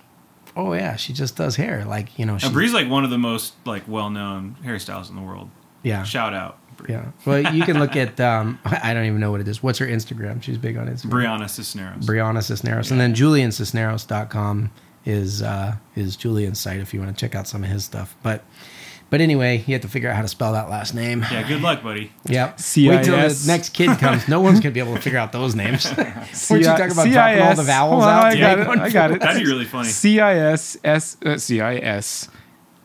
Speaker 3: oh yeah, she just does hair. Like you know, she,
Speaker 1: And Bree's like one of the most like well-known hairstylists in the world.
Speaker 3: yeah,
Speaker 1: Shout out, Bree.
Speaker 3: yeah. Well, you can look at um, I don't even know what it is. What's her Instagram? She's big on Instagram.
Speaker 1: Brianna Cisneros.
Speaker 3: Brianna Cisneros, and then juliancisneros.com is uh, is Julian's site if you want to check out some of his stuff. But but anyway, you have to figure out how to spell that last name.
Speaker 1: yeah, good luck, buddy.
Speaker 3: Yep. Wait
Speaker 2: CIS.
Speaker 3: till the next kid comes. No one's gonna be able to figure out those names. Weren't you talking about dropping all the
Speaker 2: CIS. Hold
Speaker 3: vowels
Speaker 2: on,
Speaker 3: out?
Speaker 2: I
Speaker 3: to
Speaker 2: got
Speaker 3: make
Speaker 2: it.
Speaker 3: one
Speaker 2: I got it.
Speaker 1: That'd be really funny.
Speaker 2: C I S S uh, C I S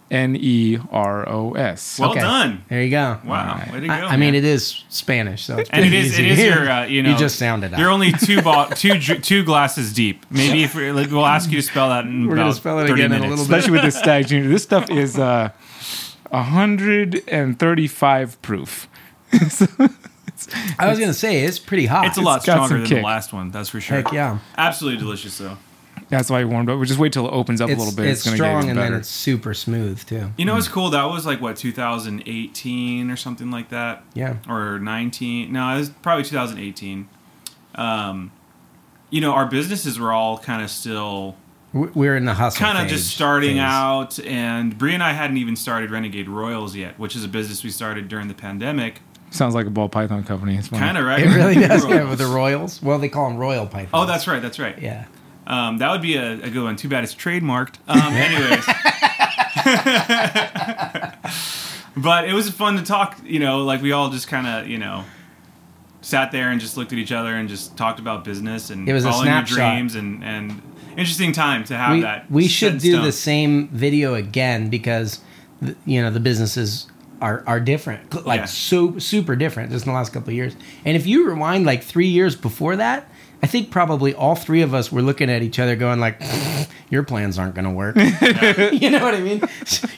Speaker 2: N E R O S.
Speaker 1: Well
Speaker 3: Okay.
Speaker 1: done.
Speaker 3: There you go.
Speaker 1: Wow, way to go.
Speaker 3: I, I mean,
Speaker 1: man.
Speaker 3: it is Spanish, so it's
Speaker 1: and it
Speaker 3: pretty
Speaker 1: is
Speaker 3: easy.
Speaker 1: it is your uh, you know
Speaker 3: just sounded out.
Speaker 1: You're only two bo- two dr- two glasses deep. Maybe if we're, like, we'll ask you to spell that in
Speaker 3: We're gonna
Speaker 1: about
Speaker 3: spell it
Speaker 1: 30
Speaker 3: again in a
Speaker 1: minutes.
Speaker 3: little bit.
Speaker 2: Especially with this stag junior. This stuff is uh, 135 proof.
Speaker 3: I was gonna say it's pretty hot.
Speaker 1: It's a lot
Speaker 2: It's got
Speaker 1: stronger
Speaker 2: some
Speaker 1: than
Speaker 2: kick.
Speaker 1: the last one. That's for sure.
Speaker 3: Heck yeah.
Speaker 1: Absolutely delicious though.
Speaker 2: That's why I warmed up. We just wait till it opens up
Speaker 3: It's,
Speaker 2: a little bit.
Speaker 3: it's
Speaker 2: gonna
Speaker 3: strong
Speaker 2: get even
Speaker 3: and then
Speaker 2: better.
Speaker 3: it's super smooth too.
Speaker 1: You know what's cool? That was like what 2018 or something like that.
Speaker 3: Yeah.
Speaker 1: Or 19. No, it was probably 2018. Um, you know, our businesses were all kind of still
Speaker 3: We- We're in the hustle.
Speaker 1: kind of
Speaker 3: phase-
Speaker 1: just starting
Speaker 3: phase.
Speaker 1: out and Bree and I hadn't even started Renegade Royals yet, which is a business we started during the pandemic.
Speaker 2: Sounds like a ball python company. It's funny.
Speaker 1: Kind of right.
Speaker 3: It really does. Yeah,
Speaker 1: Royals.
Speaker 3: with the Royals. Well, they call them Royal Python.
Speaker 1: Oh, that's right. That's right.
Speaker 3: yeah.
Speaker 1: Um, that would be a, a good one. Too bad it's trademarked. Um, anyways. but it was fun to talk, you know, like we all just kind of, you know, sat there and just looked at each other and just talked about business and
Speaker 3: It was a
Speaker 1: following your
Speaker 3: snapshot.
Speaker 1: dreams and, and interesting time to have
Speaker 3: we,
Speaker 1: that.
Speaker 3: we
Speaker 1: set
Speaker 3: should
Speaker 1: in
Speaker 3: do
Speaker 1: stone.
Speaker 3: the same video again because th- you know the businesses are are different cl- like
Speaker 1: Yeah.
Speaker 3: so super different just in the last couple of years and if you rewind like three years before that i think probably all three of us were looking at each other going like your plans aren't going to work you know what i mean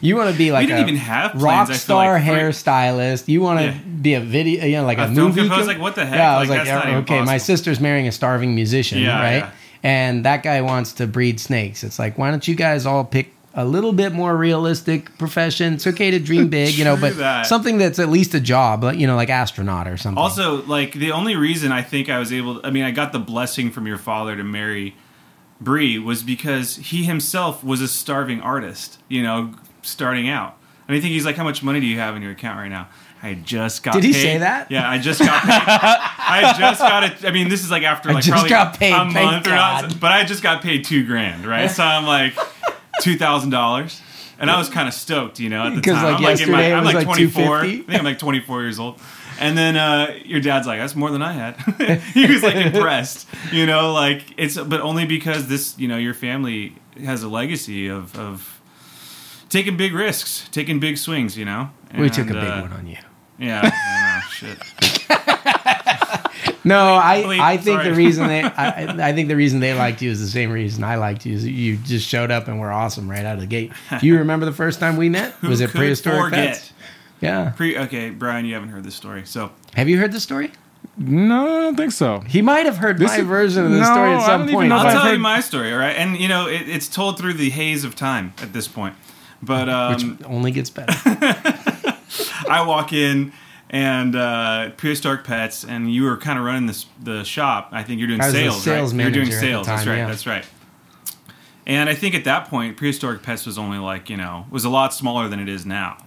Speaker 3: you want to be like
Speaker 1: didn't
Speaker 3: a
Speaker 1: even have plans, I
Speaker 3: rock
Speaker 1: feel
Speaker 3: star
Speaker 1: like, for-
Speaker 3: hairstylist you want to
Speaker 1: Yeah.
Speaker 3: be a video you know like a,
Speaker 1: film
Speaker 3: movie
Speaker 1: composer? I was
Speaker 3: com-
Speaker 1: like, what the heck?
Speaker 3: yeah i was
Speaker 1: Like,
Speaker 3: like,
Speaker 1: that's not
Speaker 3: yeah,
Speaker 1: even
Speaker 3: okay my
Speaker 1: possible.
Speaker 3: sister's marrying a starving musician
Speaker 1: Yeah,
Speaker 3: right
Speaker 1: yeah.
Speaker 3: and that guy wants to breed snakes. It's like, why don't you guys all pick a little bit more realistic profession? It's okay to dream big, you know,
Speaker 1: True
Speaker 3: but
Speaker 1: that.
Speaker 3: something that's at least a job, like, you know, like astronaut or something.
Speaker 1: Also, like the only reason I think I was able, I mean, I got the blessing from your father to marry Bree was because he himself was a starving artist, you know, starting out. And I think he's like, "How much money do you have in your account right now?" I just got.
Speaker 3: Did he
Speaker 1: paid."
Speaker 3: say that?
Speaker 1: Yeah, I just got. paid. I just got it. I mean, this is like after like
Speaker 3: just
Speaker 1: probably
Speaker 3: got paid,
Speaker 1: a
Speaker 3: thank
Speaker 1: month or
Speaker 3: God.
Speaker 1: not, but I just got paid two grand, right? So I'm like two thousand dollars. And I was kind of stoked, you know, at the
Speaker 3: 'Cause,
Speaker 1: time.
Speaker 3: like,
Speaker 1: I'm like, in my,
Speaker 3: yesterday it
Speaker 1: I'm
Speaker 3: was,
Speaker 1: like
Speaker 3: like,
Speaker 1: 24. I
Speaker 3: 250.
Speaker 1: think I'm like 24 years old. And then uh, your dad's like, "That's more than I had." he was like impressed, you know, like it's, but only because this, you know, your family has a legacy of of taking big risks, taking big swings, you know.
Speaker 3: we took a
Speaker 1: And,
Speaker 3: big
Speaker 1: uh,
Speaker 3: one on you.
Speaker 1: Yeah. I know, shit.
Speaker 3: No, I,
Speaker 1: wait,
Speaker 3: I think
Speaker 1: sorry.
Speaker 3: the reason they, I, I I think the reason they liked you is the same reason I liked you. Is that you just showed up and were awesome right out of the gate. Do you remember the first time we met? Was it
Speaker 1: Could
Speaker 3: prehistoric
Speaker 1: forget.
Speaker 3: pets? Yeah.
Speaker 1: Pre- okay, Brian, you haven't heard this story, so
Speaker 3: Have you heard the story?
Speaker 2: No, I don't think so.
Speaker 3: He might have heard
Speaker 2: This
Speaker 3: my
Speaker 2: is-
Speaker 3: version of the
Speaker 2: No,
Speaker 3: story at
Speaker 2: I
Speaker 3: some
Speaker 2: don't even
Speaker 3: point.
Speaker 2: know if
Speaker 1: I'll
Speaker 2: I've
Speaker 1: tell you
Speaker 2: heard-
Speaker 1: my story, all right? And you know, it, it's told through the haze of time at this point. But um,
Speaker 3: which only gets better.
Speaker 1: I walk in and uh, Prehistoric Pets, and you were kind of running this, the shop. I think you're doing
Speaker 3: I was the
Speaker 1: sales,
Speaker 3: sales
Speaker 1: right? You're doing
Speaker 3: manager at the
Speaker 1: sales. that's
Speaker 3: time,
Speaker 1: right.
Speaker 3: yeah.
Speaker 1: That's right. And I think at that point, Prehistoric Pets was only like you know was a lot smaller than it is now.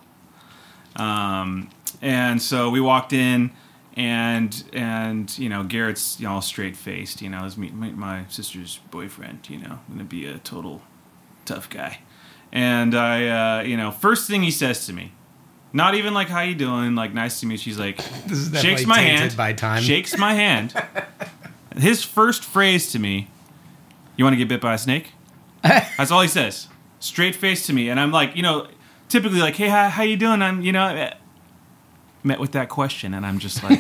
Speaker 1: Um, and so we walked in, and and you know Garrett's you know, all straight faced. You know, is me, my, my sister's boyfriend. You know, gonna be a total tough guy. And I, uh, you know, first thing he says to me, not even like how you doing, like nice to meet. you," She's like,
Speaker 3: This is
Speaker 1: shakes
Speaker 3: definitely
Speaker 1: my
Speaker 3: tainted
Speaker 1: hand
Speaker 3: by time.
Speaker 1: shakes my hand. his first phrase to me, "You want to get bit by a snake?" That's all he says, straight face to me, and I'm like, you know, typically like, "Hey, how, how you doing?" I'm, you know, eh, met with that question, and I'm just like,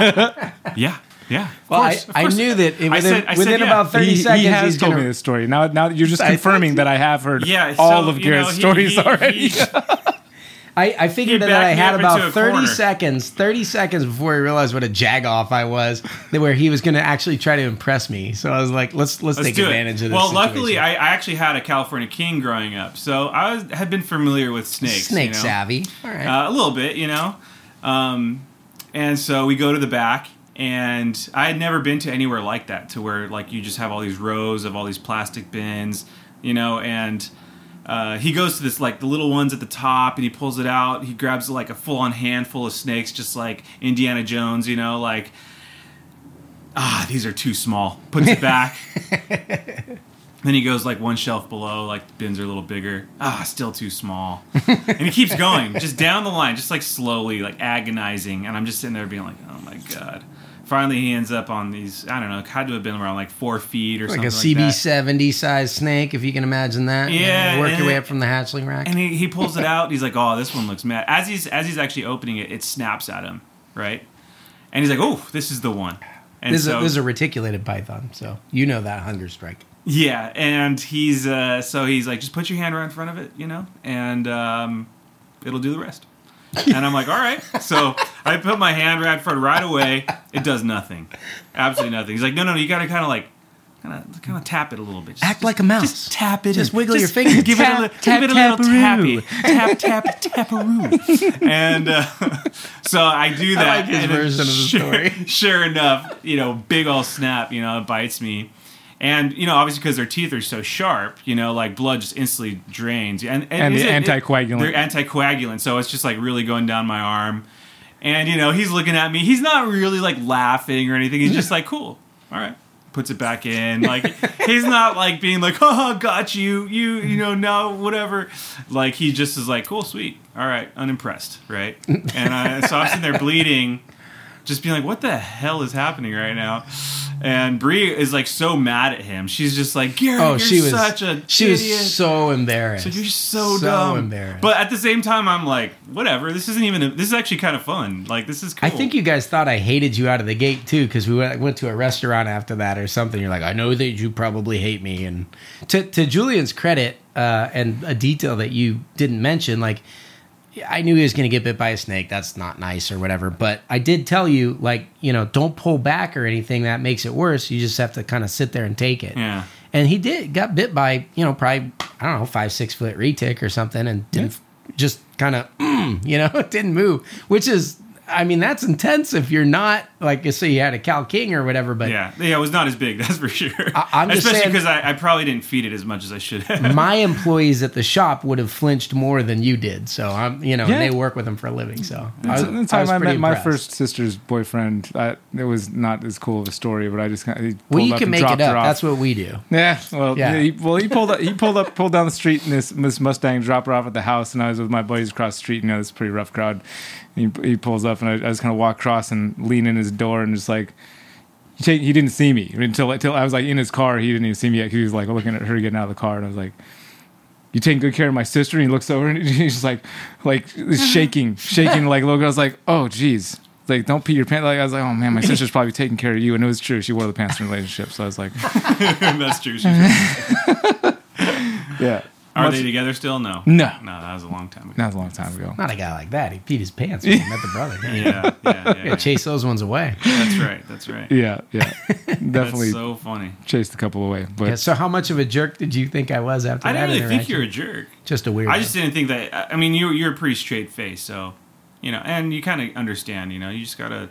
Speaker 1: "Yeah, yeah." of
Speaker 3: Well,
Speaker 1: course,
Speaker 3: I-
Speaker 1: of
Speaker 3: I
Speaker 1: course."
Speaker 3: knew that it-
Speaker 1: I
Speaker 3: within-
Speaker 1: said- I said,
Speaker 3: within
Speaker 1: yeah.
Speaker 3: about 30
Speaker 2: He,
Speaker 3: seconds,
Speaker 2: he has
Speaker 3: he's
Speaker 2: told
Speaker 3: gonna-
Speaker 2: me this story. Now, now you're just
Speaker 3: I think
Speaker 2: confirming that I have heard
Speaker 1: Yeah,
Speaker 2: all
Speaker 1: so,
Speaker 2: of
Speaker 1: you know,
Speaker 2: Garrett's
Speaker 1: he-
Speaker 2: stories
Speaker 1: he-
Speaker 2: already.
Speaker 1: he-
Speaker 3: I, I figured
Speaker 1: He
Speaker 3: that I
Speaker 1: backed me
Speaker 3: had
Speaker 1: up into
Speaker 3: about
Speaker 1: a
Speaker 3: 30
Speaker 1: corner.
Speaker 3: seconds, 30 seconds before I realized what a jagoff I was, that where he was going to actually try to impress me. So I was like, let's let's,
Speaker 1: Let's
Speaker 3: take
Speaker 1: do it.
Speaker 3: advantage of this.
Speaker 1: Well, luckily, I, I actually had a California king growing up, so I was, had been familiar with snakes.
Speaker 3: snake
Speaker 1: you know?
Speaker 3: savvy. All right.
Speaker 1: uh, a little bit, you know. Um, and so we go to the back, and I had never been to anywhere like that, to where like you just have all these rows of all these plastic bins, you know. And uh, he goes to this like the little ones at the top, and he pulls it out. He grabs like a full on handful of snakes, just like Indiana Jones, you know, like. Ah, these are too small. Puts it back. Then he goes like one shelf below, like the bins are a little bigger. Ah, still too small. and he keeps going, just down the line, just like slowly, like agonizing. And I'm just sitting there being like, oh my God. Finally, he ends up on these, I don't know, had to have been around like four feet or
Speaker 3: like a
Speaker 1: something. like that.
Speaker 3: CB70 size snake, if you can imagine that.
Speaker 1: Yeah,
Speaker 3: work
Speaker 1: and
Speaker 3: your way
Speaker 1: it-
Speaker 3: up from the hatchling rack.
Speaker 1: And he, he pulls it out. And he's like, "Oh, this one looks mad." As he's as he's actually opening it, it snaps at him, right? And he's like, "Oh, this is the one." And
Speaker 3: this,
Speaker 1: so,
Speaker 3: is a, this is a reticulated python, so you know that hunger strike.
Speaker 1: yeah, and he's uh, so he's like, "Just put your hand right in front of it, you know, and um, it'll do the rest." and I'm like, "All right." So I put my hand right in front right away. It does nothing, absolutely nothing. He's like, "No, no, you got to kind of like." Kind of tap it a little bit. Just-
Speaker 3: Act like a mouse.
Speaker 1: Just tap it.
Speaker 3: Hmm. Just
Speaker 1: in.
Speaker 3: wiggle your finger.
Speaker 1: Give it
Speaker 3: Tap,
Speaker 1: a, little
Speaker 3: tap,
Speaker 1: give it a little
Speaker 3: taparoo.
Speaker 1: tappy. Tap tap taparoo. and uh, so I do that.
Speaker 3: like his
Speaker 1: and then
Speaker 3: version of the
Speaker 1: sure-
Speaker 3: story.
Speaker 1: Sure enough, you know, big old snap. You know, it bites me, and you know, obviously because their teeth are so sharp, you know, like blood just instantly drains. And and,
Speaker 2: And
Speaker 1: is
Speaker 2: the
Speaker 1: it- it-
Speaker 2: anticoagulant.
Speaker 1: They're anticoagulant, so it's just like really going down my arm. And you know, he's looking at me. He's not really like laughing or anything. He's just like, cool, all right. Puts it back in. Like he's not like being like, oh, got you, you, you know, no, whatever. Like he just is like, cool, sweet, all right, unimpressed, right? And I, so I'm sitting there bleeding, just being like, what the hell is happening right now? And Bree is like so mad at him. She's just like, Garrett,
Speaker 3: Oh,
Speaker 1: you're
Speaker 3: she was
Speaker 1: such a
Speaker 3: she
Speaker 1: idiot.
Speaker 3: was so embarrassed.
Speaker 1: But you're so, dumb.
Speaker 3: embarrassed.
Speaker 1: But at the same time, I'm like, whatever. This isn't even. A, this is actually kind of fun. Like this is cool.
Speaker 3: I think you guys thought I hated you out of the gate too, because we went, went to a restaurant after that or something. You're like, I know that you probably hate me. And to, to Julian's credit, uh, and a detail that you didn't mention, like I knew he was going to get bit by a snake. That's not nice or whatever. But I did tell you, like, you know, don't pull back or anything. That makes it worse. You just have to kind of sit there and take it.
Speaker 1: Yeah.
Speaker 3: And he did got bit by you know probably I don't know five six foot retic or something and didn't just kind of mm, you know didn't move, which is I mean that's intense if you're not like you say you had a Cal King or whatever, but
Speaker 1: Yeah, yeah, it was not as big. That's for sure.
Speaker 3: I- I'm just
Speaker 1: Especially
Speaker 3: saying-
Speaker 1: because I, I probably didn't feed it as much as I should have.
Speaker 3: my employees at the shop would have flinched more than you did. So I'm you know and
Speaker 2: Yeah.
Speaker 3: they work with them for a living. So
Speaker 2: That's
Speaker 3: was-
Speaker 2: the time
Speaker 3: was
Speaker 2: I, met
Speaker 3: pretty
Speaker 2: my
Speaker 3: impressed.
Speaker 2: first sister's boyfriend, I, it was not as cool of a story, but I just kind of he pulled
Speaker 3: Well, you
Speaker 2: up
Speaker 3: can
Speaker 2: and
Speaker 3: make
Speaker 2: dropped
Speaker 3: it
Speaker 2: her
Speaker 3: up.
Speaker 2: off.
Speaker 3: That's what we do.
Speaker 2: yeah. Well,
Speaker 3: Yeah.
Speaker 2: yeah. He, well, he pulled up. He pulled up, pulled down the street in this, this Mustang, dropped her off at the house, and I was with my buddies across the street. You know, this pretty rough crowd. He, he pulls up, and I, I just kind of walk across and lean in his door, and just like. He, take, he didn't see me until until I was like in his car. He didn't even see me yet. 'cause He was like looking at her getting out of the car, and I was like, you taking good care of my sister? And he looks over and he's just like, like shaking, shaking like little girl's like, oh geez. Like, don't pee your pants. Like, I was like, oh man, my sister's probably taking care of you. And it was true. She wore the pants in a relationship. So I was like,
Speaker 1: That's true. She's-
Speaker 2: yeah.
Speaker 1: Are
Speaker 2: Much-
Speaker 1: they together still? No.
Speaker 2: No.
Speaker 1: No, that was a long time ago.
Speaker 2: That was a long time ago.
Speaker 3: Not a guy like that. He peed his pants when he met the brother. didn't he?
Speaker 1: Yeah, yeah, yeah,
Speaker 3: You gotta
Speaker 1: yeah.
Speaker 3: chase those ones away.
Speaker 1: That's right. That's right.
Speaker 2: Yeah. Yeah. Definitely
Speaker 1: That's so funny.
Speaker 2: chased a couple away. But
Speaker 3: Yeah, so how much of a jerk did you think I was after
Speaker 1: I
Speaker 3: that?
Speaker 1: didn't really think
Speaker 3: interaction?
Speaker 1: you're a jerk.
Speaker 3: just a weirdo.
Speaker 1: I just didn't think that. I- I mean, you you're a pretty straight face, so you know, and you kind of understand. You know, you just gotta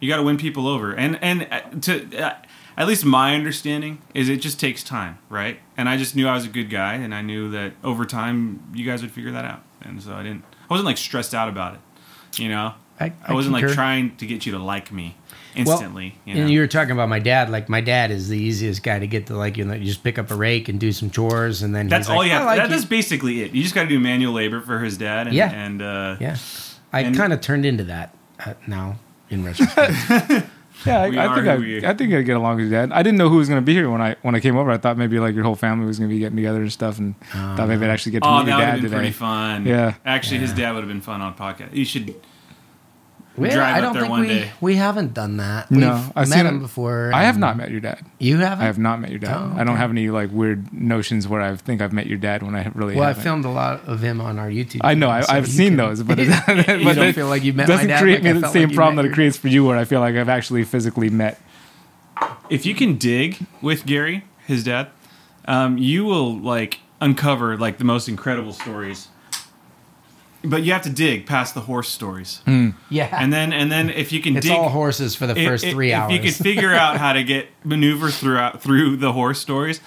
Speaker 1: you gotta win people over, and and uh, to uh, at least my understanding is it just takes time, right? And I just knew I was a good guy, and I knew that over time you guys would figure that out, and so I didn't. I wasn't like stressed out about it, you know.
Speaker 3: I- I
Speaker 1: wasn't like
Speaker 3: concur.
Speaker 1: trying to get you to like me
Speaker 3: Well,
Speaker 1: instantly. you know?
Speaker 3: And you were talking about my dad. Like my dad is the easiest guy to get to like you know you just pick up a rake and do some chores and then
Speaker 1: that's
Speaker 3: he's like,
Speaker 1: all you
Speaker 3: "I
Speaker 1: have.
Speaker 3: like
Speaker 1: that, that's basically it. You just got to do manual labor for his dad, and
Speaker 3: Yeah.
Speaker 1: and uh,
Speaker 3: yeah. I
Speaker 1: and-
Speaker 3: kind of turned into that uh, now in retrospect.
Speaker 2: Yeah, I,
Speaker 1: We
Speaker 2: I
Speaker 1: are
Speaker 2: think
Speaker 1: who
Speaker 2: I,
Speaker 1: we-
Speaker 2: I think I'd get along with your dad. I didn't know who was gonna be here when I when I came over. I thought maybe like your whole family was gonna be getting together and stuff, and thought maybe I'd actually get to
Speaker 1: Oh, that
Speaker 2: meet your
Speaker 1: would
Speaker 2: dad
Speaker 1: have been
Speaker 2: today.
Speaker 1: pretty fun.
Speaker 2: Yeah.
Speaker 1: Actually, his
Speaker 3: Yeah.
Speaker 1: dad would have been fun on podcast. You should.
Speaker 3: We,
Speaker 1: Drive
Speaker 3: I
Speaker 1: up
Speaker 3: don't
Speaker 1: there
Speaker 3: think
Speaker 1: one
Speaker 3: we,
Speaker 1: day.
Speaker 3: we haven't done that.
Speaker 2: No,
Speaker 3: We've
Speaker 2: I've
Speaker 3: met
Speaker 2: seen
Speaker 3: him
Speaker 2: it.
Speaker 3: before.
Speaker 2: I have
Speaker 3: and-
Speaker 2: not met your dad.
Speaker 3: You haven't.
Speaker 2: I have not met your dad.
Speaker 3: Oh,
Speaker 2: I don't
Speaker 3: okay.
Speaker 2: have any like weird notions where I think I've met your dad when I really.
Speaker 3: Well, I
Speaker 2: haven't.
Speaker 3: filmed a lot of him on our YouTube.
Speaker 2: I know.
Speaker 3: channel,
Speaker 2: I,
Speaker 3: so
Speaker 2: I've
Speaker 3: you
Speaker 2: seen
Speaker 3: can-
Speaker 2: those, but, it, but
Speaker 3: you
Speaker 2: that
Speaker 3: don't feel like you've met my
Speaker 2: doesn't
Speaker 3: dad
Speaker 2: create
Speaker 3: like
Speaker 2: me
Speaker 3: I
Speaker 2: the
Speaker 3: felt
Speaker 2: same
Speaker 3: like you
Speaker 2: problem
Speaker 3: met
Speaker 2: that it
Speaker 3: your-
Speaker 2: creates for you, where I feel like I've actually physically met.
Speaker 1: If you can dig with Gary, his dad, um, you will like uncover like the most incredible stories. But you have to dig past the horse stories,
Speaker 2: Hmm.
Speaker 3: Yeah.
Speaker 1: and then and then if you can
Speaker 3: it's
Speaker 1: dig
Speaker 3: all horses for the
Speaker 1: if-
Speaker 3: first
Speaker 1: if-
Speaker 3: three hours.
Speaker 1: If you could figure out how to get maneuver throughout through the horse stories,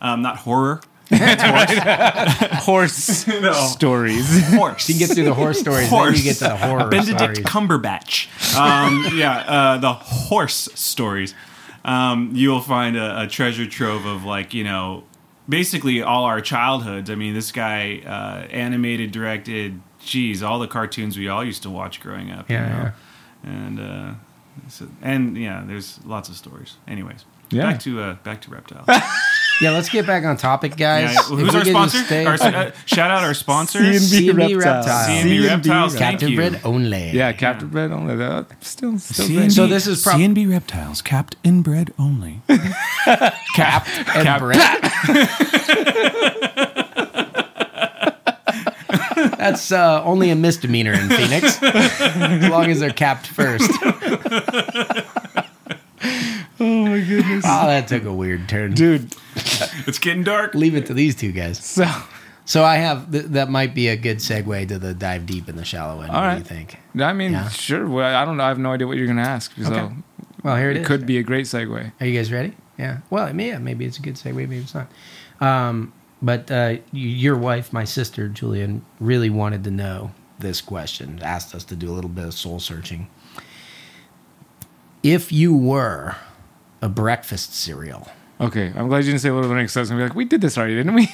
Speaker 1: um, not horror,
Speaker 2: horse
Speaker 1: No.
Speaker 2: stories.
Speaker 1: horse.
Speaker 3: You can get through the horse stories, then
Speaker 1: Horse.
Speaker 3: you get to the horror
Speaker 1: Benedict
Speaker 3: stories.
Speaker 1: Cumberbatch. Um, yeah, uh, the horse stories. Um, you'll find a, a treasure trove of like you know, basically all our childhoods. I mean, this guy uh, animated, directed, geez, all the cartoons we all used to watch growing up. you
Speaker 3: Yeah,
Speaker 1: know?
Speaker 3: yeah.
Speaker 1: and uh, so, and yeah, there's lots of stories. Anyways,
Speaker 2: Yeah.
Speaker 1: back to uh, back to reptile.
Speaker 3: Yeah, let's get back on topic, guys.
Speaker 1: Yeah, well,
Speaker 3: If
Speaker 1: who's
Speaker 3: we
Speaker 1: our
Speaker 3: could just
Speaker 1: sponsor?
Speaker 3: stay-
Speaker 1: Our, uh, shout out our sponsors.
Speaker 3: CNB
Speaker 1: CNB Reptiles. Thank
Speaker 3: Captain
Speaker 1: you.
Speaker 3: Bread only.
Speaker 2: Yeah, Captain Bread only. That still, still
Speaker 1: CNB,
Speaker 2: good.
Speaker 3: So this is prob-
Speaker 1: CNB reptiles, capped and bred only.
Speaker 3: Cap and
Speaker 1: Cap-
Speaker 3: Bread. That's uh, only a misdemeanor in Phoenix, as long as they're capped first.
Speaker 2: oh my goodness,
Speaker 3: Oh, that took a weird turn.
Speaker 2: dude.
Speaker 1: it's getting dark.
Speaker 3: Leave it to these two guys.
Speaker 2: So
Speaker 3: So I have th- that might be a good segue to the dive deep in the shallow end.
Speaker 2: All
Speaker 3: what
Speaker 2: right.
Speaker 3: do you think?
Speaker 2: I mean,
Speaker 3: Yeah.
Speaker 2: sure. Well, I don't know. I have no idea what you're gonna ask. So
Speaker 3: Okay. Well, here it
Speaker 2: it
Speaker 3: is.
Speaker 2: could be a great segue.
Speaker 3: Are you guys ready? Yeah. Well, I mean, yeah, maybe it's a good segue, maybe it's not. Um, but uh, y- your wife, my sister Julian, really wanted to know this question. Asked us to do a little bit of soul searching. If you were a breakfast cereal,
Speaker 2: Okay, I'm glad you didn't say Lord of the Rings. 'cause I was gonna be like, we did this already, didn't we?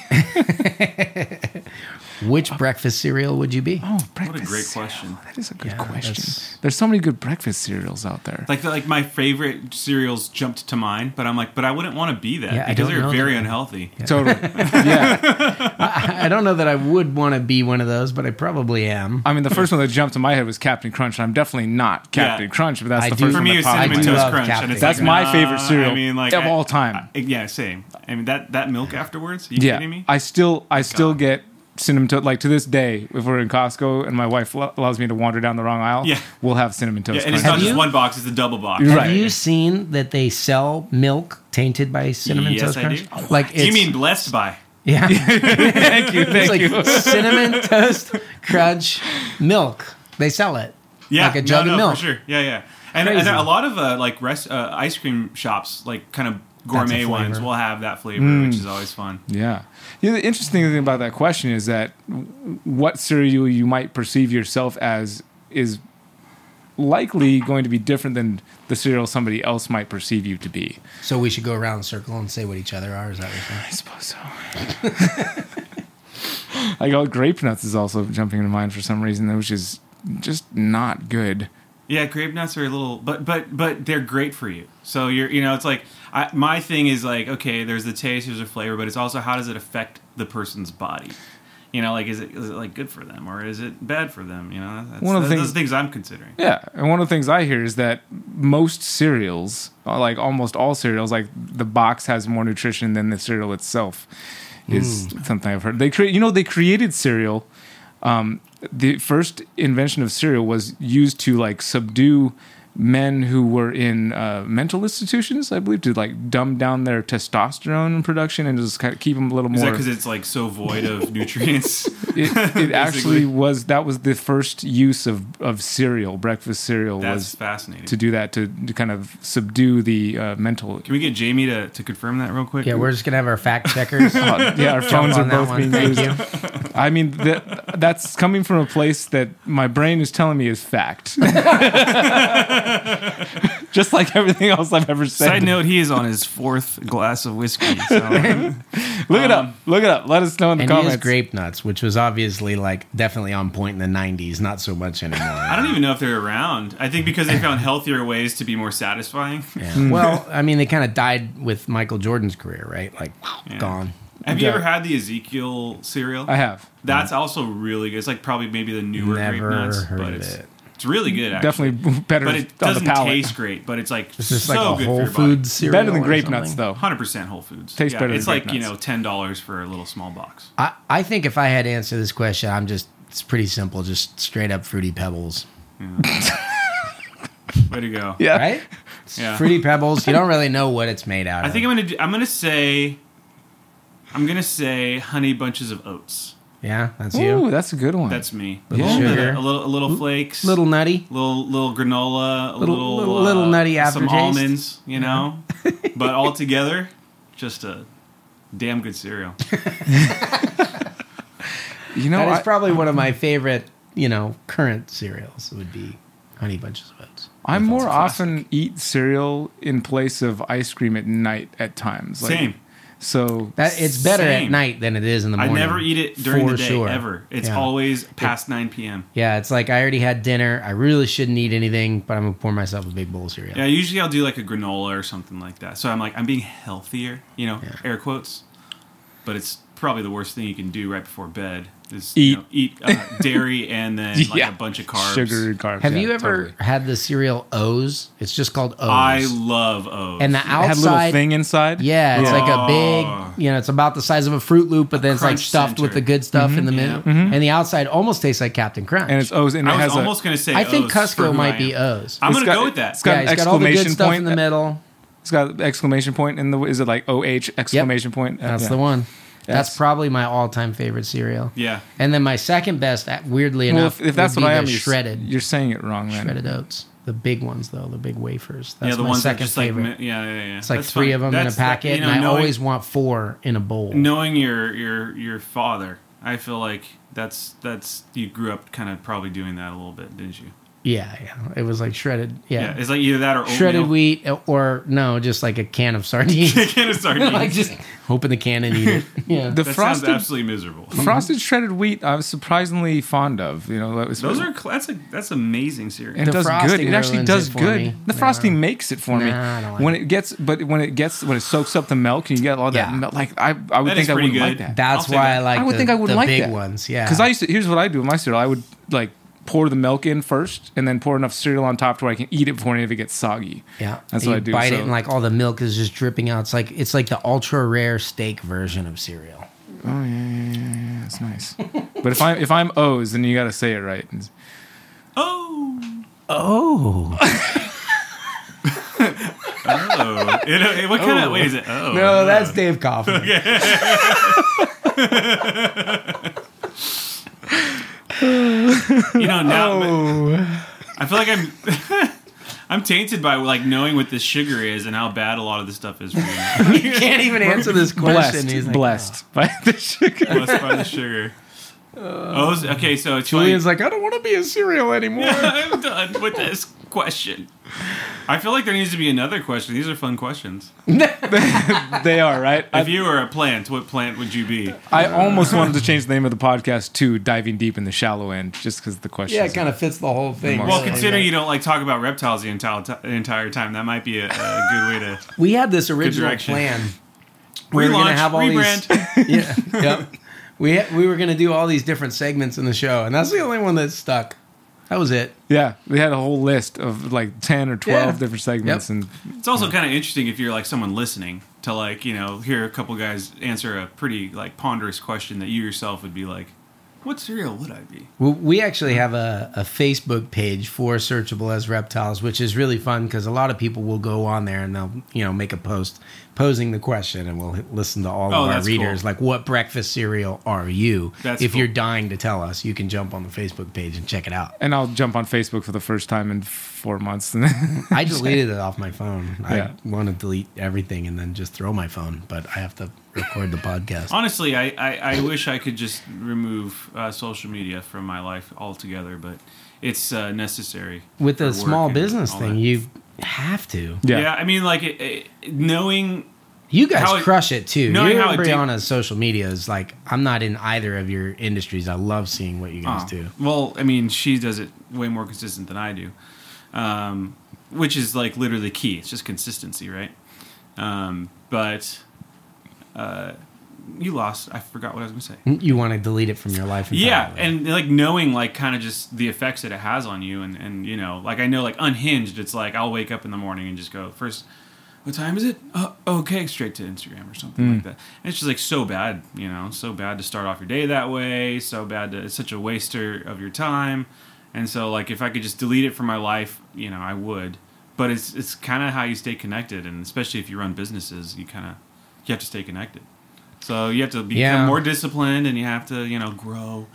Speaker 3: which
Speaker 1: Uh,
Speaker 3: breakfast cereal would you be?
Speaker 2: Oh, breakfast.
Speaker 1: great
Speaker 2: cereal.
Speaker 1: question.
Speaker 2: That is a good
Speaker 3: Yeah,
Speaker 2: question.
Speaker 3: that's-
Speaker 2: There's so many good breakfast cereals out there.
Speaker 1: Like like my favorite cereals jumped to mind, but I'm like, but I wouldn't want to be that
Speaker 3: Yeah, I
Speaker 1: because
Speaker 3: don't
Speaker 1: they're
Speaker 3: know
Speaker 1: very
Speaker 3: that.
Speaker 1: unhealthy.
Speaker 2: Totally. yeah.
Speaker 3: I, I don't know that I would want to be one of those, but I probably am.
Speaker 2: I mean, the first one that jumped to my head was Captain Crunch. and I'm definitely not Captain
Speaker 1: Yeah.
Speaker 2: Crunch, but that's
Speaker 3: I
Speaker 2: the
Speaker 3: do-
Speaker 2: first
Speaker 1: For
Speaker 2: one
Speaker 1: me,
Speaker 2: that
Speaker 1: it's
Speaker 2: popped
Speaker 1: cinnamon
Speaker 2: in
Speaker 3: do
Speaker 2: my
Speaker 1: toast
Speaker 2: head.
Speaker 3: love
Speaker 1: crunch,
Speaker 3: Captain
Speaker 1: and it's
Speaker 2: That's
Speaker 1: like,
Speaker 2: my
Speaker 1: nah,
Speaker 2: favorite cereal
Speaker 1: I mean, like
Speaker 2: of
Speaker 1: I-
Speaker 2: all time.
Speaker 1: I- yeah, same. I mean that that milk afterwards. you
Speaker 2: Yeah,
Speaker 1: kidding me?
Speaker 2: I still, I still get cinnamon toast. Like to this day, if we're in Costco and my wife lo- allows me to wander down the wrong aisle,
Speaker 1: Yeah.
Speaker 2: we'll have cinnamon toast.
Speaker 1: yeah, and it's not
Speaker 2: Crunch.
Speaker 3: Have
Speaker 1: just
Speaker 3: you-
Speaker 1: one box; it's a double box.
Speaker 2: You're
Speaker 3: Have
Speaker 2: right.
Speaker 3: you seen that they sell milk tainted by cinnamon
Speaker 1: Yes,
Speaker 3: toast
Speaker 1: I
Speaker 3: crunch?
Speaker 1: do.
Speaker 3: Like
Speaker 1: Do
Speaker 3: it's,
Speaker 1: you mean blessed by?
Speaker 3: yeah.
Speaker 2: thank you, thank
Speaker 3: it's
Speaker 2: you.
Speaker 3: like cinnamon toast crunch milk. They sell it.
Speaker 1: Yeah,
Speaker 3: like a jug
Speaker 1: no,
Speaker 3: of
Speaker 1: no,
Speaker 3: milk.
Speaker 1: For sure. Yeah, yeah. And,
Speaker 3: Crazy.
Speaker 1: and a lot of uh, like rest, uh, ice cream shops, like kind of gourmet
Speaker 3: flavor. Mm.
Speaker 1: ones, will have that flavor, which is always fun.
Speaker 2: Yeah. You know, the interesting thing about that question is that w- what cereal you might perceive yourself as is likely going to be different than the cereal somebody else might perceive you to be.
Speaker 3: So we should go around the circle and say what each other are. Is that what you're saying?
Speaker 2: I suppose so. like oh, grape nuts is also jumping into mind for some reason, which is just not good.
Speaker 1: Yeah, grape nuts are a little, but but but they're great for you. So you're you know it's like I, my thing is like okay, there's the taste, there's the flavor, but it's also how does it affect the person's body? You know, like is it is it like good for them or is it bad for them? You know, that's,
Speaker 2: One of the
Speaker 1: those-
Speaker 2: things-
Speaker 1: those are things I'm considering.
Speaker 2: Yeah, and one of the things I hear is that most cereals, uh, like almost all cereals, like the box has more nutrition than the cereal itself. Is
Speaker 1: Hmm.
Speaker 2: something I've heard. They create, you know, they created cereal. Um, the first invention of cereal was used to like subdue men who were in uh, mental institutions, I believe, to like dumb down their testosterone production and just kind of keep them a little
Speaker 1: Is
Speaker 2: more.
Speaker 1: that because it's like so void of nutrients?
Speaker 2: it, it actually was that was the first use of of cereal, breakfast cereal was
Speaker 1: That's fascinating.
Speaker 2: to do that to, to kind of subdue the uh, mental.
Speaker 1: Can we get Jamie to, to confirm that real quick?
Speaker 3: Yeah, we're just gonna have our fact checkers.
Speaker 2: Oh, yeah, our phones are
Speaker 3: on that
Speaker 2: both
Speaker 3: one.
Speaker 2: being
Speaker 3: Thank
Speaker 2: used. I mean, that, that's coming from a place that my brain is telling me is fact. Just like everything else I've ever said.
Speaker 1: Side note: He is on his fourth glass of whiskey. So
Speaker 2: Look it
Speaker 1: um,
Speaker 2: up. Look it up. Let us know in the
Speaker 3: And he
Speaker 2: comments.
Speaker 3: is grape nuts, which was obviously like definitely on point in the '90s. Not so much anymore.
Speaker 1: I don't even know if they're around. I think because they found healthier ways to be more satisfying.
Speaker 3: Yeah. Well, I mean, they kind of died with Michael Jordan's career, right? Like gone.
Speaker 1: Have you
Speaker 2: Yeah.
Speaker 1: ever had the Ezekiel cereal?
Speaker 2: I have.
Speaker 1: That's also really good. It's like probably maybe the newer grape
Speaker 3: Never
Speaker 1: nuts,
Speaker 3: heard
Speaker 1: but
Speaker 3: of
Speaker 1: it's
Speaker 3: it.
Speaker 1: it's really good. Actually.
Speaker 2: Definitely better
Speaker 1: but it
Speaker 2: on the
Speaker 1: doesn't
Speaker 2: palate.
Speaker 1: taste great. But it's like
Speaker 3: It's just
Speaker 1: so
Speaker 3: like a
Speaker 1: good
Speaker 3: Whole
Speaker 1: for your body.
Speaker 3: Foods cereal.
Speaker 2: better than
Speaker 3: or
Speaker 2: grape
Speaker 3: something.
Speaker 2: nuts, though.
Speaker 1: Hundred percent Whole Foods.
Speaker 2: Tastes better than
Speaker 1: It's
Speaker 2: Grape
Speaker 1: like you
Speaker 2: Nuts.
Speaker 1: know ten dollars for a little small box.
Speaker 3: I, I think if I had to answer this question, I'm just it's pretty simple, just straight up fruity pebbles,
Speaker 1: Way to go.
Speaker 2: Yeah.
Speaker 3: right?
Speaker 1: Yeah.
Speaker 3: Fruity pebbles. You don't really know what it's made out
Speaker 1: I
Speaker 3: of.
Speaker 1: think I'm gonna do, I'm gonna say I'm gonna say honey bunches of oats.
Speaker 3: yeah, that's
Speaker 2: Ooh,
Speaker 3: you.
Speaker 2: that's a good one.
Speaker 1: That's me. A
Speaker 3: Little
Speaker 1: little,
Speaker 3: sugar.
Speaker 1: a little, a little flakes.
Speaker 3: Little nutty.
Speaker 1: little little granola, a
Speaker 3: Little-
Speaker 1: little uh,
Speaker 3: little- little nutty
Speaker 1: some
Speaker 3: aftertaste.
Speaker 1: almonds, you know. but all together, just a damn good cereal.
Speaker 2: you know,
Speaker 3: that is
Speaker 2: I-
Speaker 3: probably one of my favorite, you know, current cereals would be honey bunches of oats.
Speaker 2: I more
Speaker 1: classic.
Speaker 2: often eat cereal in place of ice cream at night at times. Like,
Speaker 1: Same.
Speaker 2: So
Speaker 3: That it's better at
Speaker 1: Same.
Speaker 3: night than it is in the
Speaker 1: I
Speaker 3: morning.
Speaker 1: never eat it during
Speaker 3: for
Speaker 1: the day
Speaker 3: sure.
Speaker 1: ever. It's
Speaker 3: Yeah.
Speaker 1: always past 9 p.m.
Speaker 3: Yeah, it's like I already had dinner. I really shouldn't eat anything, but I'm gonna pour myself a big bowl of cereal.
Speaker 1: Yeah, usually I'll do like a granola or something like that. So I'm like I'm being healthier, you know, air quotes. But it's probably the worst thing you can do right before bed is you
Speaker 2: Eat.
Speaker 1: know, eat uh, dairy and then like
Speaker 2: Yeah.
Speaker 1: a bunch of carbs.
Speaker 2: sugar and carbs.
Speaker 3: Have
Speaker 2: yeah,
Speaker 3: you ever
Speaker 2: totally.
Speaker 3: had the cereal O's? It's just called O's.
Speaker 1: I love O's.
Speaker 3: and the
Speaker 2: It had a little
Speaker 3: outside
Speaker 2: thing inside?
Speaker 3: Yeah, it's
Speaker 1: Yeah.
Speaker 3: like a big, you know, it's about the size of a Fruit Loop, but then it's like
Speaker 1: crunch
Speaker 3: stuffed with
Speaker 1: center.
Speaker 3: the good stuff in the middle,
Speaker 1: Yeah.
Speaker 3: and the outside almost tastes like Captain Crunch.
Speaker 2: Mm-hmm. And it's O's and it
Speaker 1: I
Speaker 2: has
Speaker 1: was
Speaker 2: a-
Speaker 1: almost going to say
Speaker 3: I think
Speaker 1: O's for
Speaker 3: Cusco
Speaker 1: who
Speaker 3: might
Speaker 1: I
Speaker 3: be
Speaker 1: am.
Speaker 3: O's.
Speaker 1: I'm
Speaker 2: It's
Speaker 1: going to
Speaker 2: got-
Speaker 1: go with that.
Speaker 2: it's got-
Speaker 3: yeah,
Speaker 2: an
Speaker 3: he's got all the good
Speaker 2: exclamation
Speaker 3: stuff
Speaker 2: point
Speaker 3: in the
Speaker 2: that-
Speaker 3: middle.
Speaker 2: it's got exclamation point in the is it like O H exclamation point? Uh,
Speaker 3: That's
Speaker 2: yeah.
Speaker 3: the one. That's
Speaker 2: Yes.
Speaker 3: probably my all-time favorite cereal.
Speaker 1: Yeah.
Speaker 3: And then my second best, uh, weirdly
Speaker 2: Well,
Speaker 3: enough,
Speaker 2: if, if that's
Speaker 3: would
Speaker 2: what
Speaker 3: be
Speaker 2: I am,
Speaker 3: the
Speaker 2: you're, s-
Speaker 3: shredded,
Speaker 2: you're saying it wrong, man.
Speaker 3: shredded oats. The big ones though, the big wafers. That's
Speaker 1: yeah, the
Speaker 3: my
Speaker 1: ones that
Speaker 3: second
Speaker 1: just
Speaker 3: favorite.
Speaker 1: like mi- yeah, yeah, yeah.
Speaker 3: it's like three of them in a packet, and I
Speaker 1: knowing,
Speaker 3: always want four in a bowl.
Speaker 1: knowing your your your father. I feel like that's that's you grew up kind of probably doing that a little bit, didn't you?
Speaker 3: Yeah, yeah. It was like shredded.
Speaker 1: Yeah, it's like either that or oatmeal.
Speaker 3: shredded wheat or no, just like a can of sardines.
Speaker 1: Can of sardines.
Speaker 3: like just open the can and eat it. Yeah.
Speaker 2: The
Speaker 1: that
Speaker 2: frosted
Speaker 1: sounds absolutely miserable.
Speaker 2: frosted shredded wheat I was surprisingly fond of. You know, that was-
Speaker 1: Those are cl- that's a, that's amazing cereal.
Speaker 2: and it
Speaker 3: The
Speaker 2: does good.
Speaker 3: frosting
Speaker 2: It actually
Speaker 3: ruins
Speaker 2: does
Speaker 3: it for
Speaker 2: good.
Speaker 3: me.
Speaker 2: The
Speaker 3: No.
Speaker 2: frosting makes it for me.
Speaker 3: No, I don't like
Speaker 2: when
Speaker 3: it.
Speaker 2: it gets, but when it gets, when it soaks up the milk and you get all that
Speaker 3: Yeah.
Speaker 2: milk, like I, I would
Speaker 1: That is
Speaker 2: think I
Speaker 1: pretty
Speaker 2: wouldn't like
Speaker 1: good.
Speaker 2: that.
Speaker 3: That's
Speaker 1: I'll say
Speaker 3: why
Speaker 1: that.
Speaker 3: I like
Speaker 2: I would
Speaker 3: the,
Speaker 2: think I would
Speaker 3: the
Speaker 2: like
Speaker 3: big
Speaker 2: that.
Speaker 3: ones. Yeah.
Speaker 2: Because I used to, here's what I do with my cereal. I would like pour the milk in first, and then pour enough cereal on top to where I can eat it before any of it gets soggy.
Speaker 3: yeah.
Speaker 2: that's
Speaker 3: you
Speaker 2: what I do.
Speaker 3: Bite it
Speaker 2: so-
Speaker 3: and like all the milk is just dripping out. It's like it's like the ultra rare steak version of cereal.
Speaker 2: oh yeah, yeah, yeah, yeah, yeah, it's nice. but if I'm if I'm O's, then you got to say it right. It's-
Speaker 1: Oh,
Speaker 3: Oh.
Speaker 1: oh. It- it- what kind of wait is it? Oh,
Speaker 3: No, that's Dave Coffman.
Speaker 1: you know now. but-
Speaker 3: Oh.
Speaker 1: I feel like I'm I'm tainted by like knowing what this sugar is and how bad a lot of this stuff is for me.
Speaker 3: you can't even answer this question.
Speaker 2: Blessed,
Speaker 3: He's like, uh,
Speaker 2: blessed by the sugar.
Speaker 1: Blessed by the sugar. Oh, is- okay, so it's funny.
Speaker 3: Julian's like, I don't want to be a cereal anymore.
Speaker 1: I'm done with this question. I feel like there needs to be another question. These are fun questions.
Speaker 2: They are right.
Speaker 1: If
Speaker 2: I,
Speaker 1: you were a plant, what plant would you be?
Speaker 2: I
Speaker 3: uh,
Speaker 2: almost wanted to change the name of the podcast to "Diving Deep in the Shallow End," just because the question.
Speaker 3: yeah, it kind of fits the whole thing.
Speaker 2: Well,
Speaker 1: Well,
Speaker 3: really.
Speaker 1: considering you don't like talk about reptiles the entire ti- entire time, that might be a, a good way to
Speaker 3: we had this original
Speaker 1: direction.
Speaker 3: plan we were
Speaker 1: relaunch,
Speaker 3: gonna have all
Speaker 1: rebrand.
Speaker 3: these. yeah, yep. We ha- we were gonna do all these different segments in the show, and that's the only one that stuck. That was it.
Speaker 2: Yeah, we had a whole list of like ten or twelve
Speaker 3: Yeah.
Speaker 2: different segments,
Speaker 3: Yep.
Speaker 2: and
Speaker 1: It's also kind of interesting if you're like someone listening to like you know hear a couple guys answer a pretty like ponderous question that you yourself would be like, what cereal would I be?
Speaker 3: We- We actually have a, a Facebook page for Searchable as Reptiles, which is really fun because a lot of people will go on there and they'll you know make a post posing the question, and we'll h- listen to all
Speaker 1: Oh,
Speaker 3: of our
Speaker 1: that's
Speaker 3: readers
Speaker 1: cool.
Speaker 3: like, "What breakfast cereal are you?"
Speaker 1: That's
Speaker 3: if you're
Speaker 1: cool.
Speaker 3: dying to tell us, you can jump on the Facebook page and check it out.
Speaker 2: and I'll jump on Facebook for the first time in four months. And
Speaker 3: I deleted it off my phone.
Speaker 2: Yeah.
Speaker 3: I want to delete everything and then just throw my phone, but I have to record the podcast.
Speaker 1: Honestly, I, I, I wish I could just remove uh, social media from my life altogether, but it's uh, necessary.
Speaker 3: With
Speaker 1: for
Speaker 3: the
Speaker 1: work
Speaker 3: small
Speaker 1: and
Speaker 3: business
Speaker 1: all
Speaker 3: thing,
Speaker 1: that.
Speaker 3: you have to.
Speaker 1: Yeah.
Speaker 2: Yeah.
Speaker 1: I mean, like, it, it, knowing.
Speaker 3: You guys
Speaker 1: How it-
Speaker 3: crush it too.
Speaker 1: knowing
Speaker 3: Your
Speaker 1: how it did-
Speaker 3: Brianna's social media is like I'm not in either of your industries. I love seeing what you guys
Speaker 1: uh,
Speaker 3: do.
Speaker 1: well, I mean, she does it way more consistent than I do, um, which is, like, literally key. It's just consistency, right? Um, but uh, you lost. I forgot what I was going to say.
Speaker 3: You want to delete it from your life.
Speaker 1: yeah
Speaker 3: entirely.
Speaker 1: and like knowing like kind of just the effects that it has on you and and you know like i know like unhinged it's like i'll wake up in the morning and just go first what time is it oh, okay straight to instagram or something
Speaker 3: Mm.
Speaker 1: like that and it's just like so bad you know so bad to start off your day that way so bad to it's such a waster of your time and so like if i could just delete it from my life you know i would but it's it's kind of how you stay connected and especially if you run businesses you kind of you have to stay connected so you have to become
Speaker 3: Yeah.
Speaker 1: more disciplined and you have to you know grow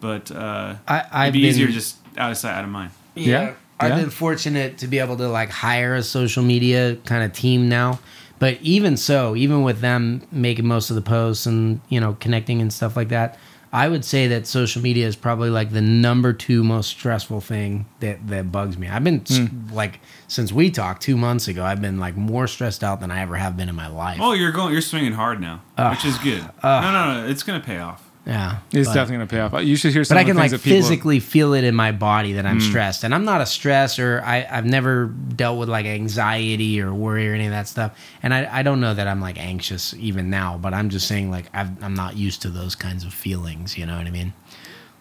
Speaker 1: but uh,
Speaker 3: I, I've
Speaker 1: it'd be
Speaker 3: been,
Speaker 1: easier just out of sight, out of mind.
Speaker 2: Yeah,
Speaker 3: I've
Speaker 2: yeah.
Speaker 3: been fortunate to be able to like hire a social media kind of team now. But even so, even with them making most of the posts and, you know, connecting and stuff like that, I would say that social media is probably like the number two most stressful thing that, that bugs me. I've been
Speaker 2: Hmm.
Speaker 3: like, since we talked two months ago, I've been like more stressed out than I ever have been in my life.
Speaker 1: Oh, you're going, you're swinging hard now, which is good. no, no, no, it's gonna pay off.
Speaker 3: yeah.
Speaker 2: It's
Speaker 3: but-
Speaker 2: definitely gonna pay off. You should hear some
Speaker 3: but I
Speaker 2: of the
Speaker 3: can like
Speaker 2: things that people. Mm.
Speaker 3: physically feel it in my body that I'm stressed, and I'm not a stressor. I I've never dealt with like anxiety or worry or any of that stuff, and I I don't know that I'm like anxious even now, but I'm just saying like I've, I'm not used to those kinds of feelings. You know what I mean?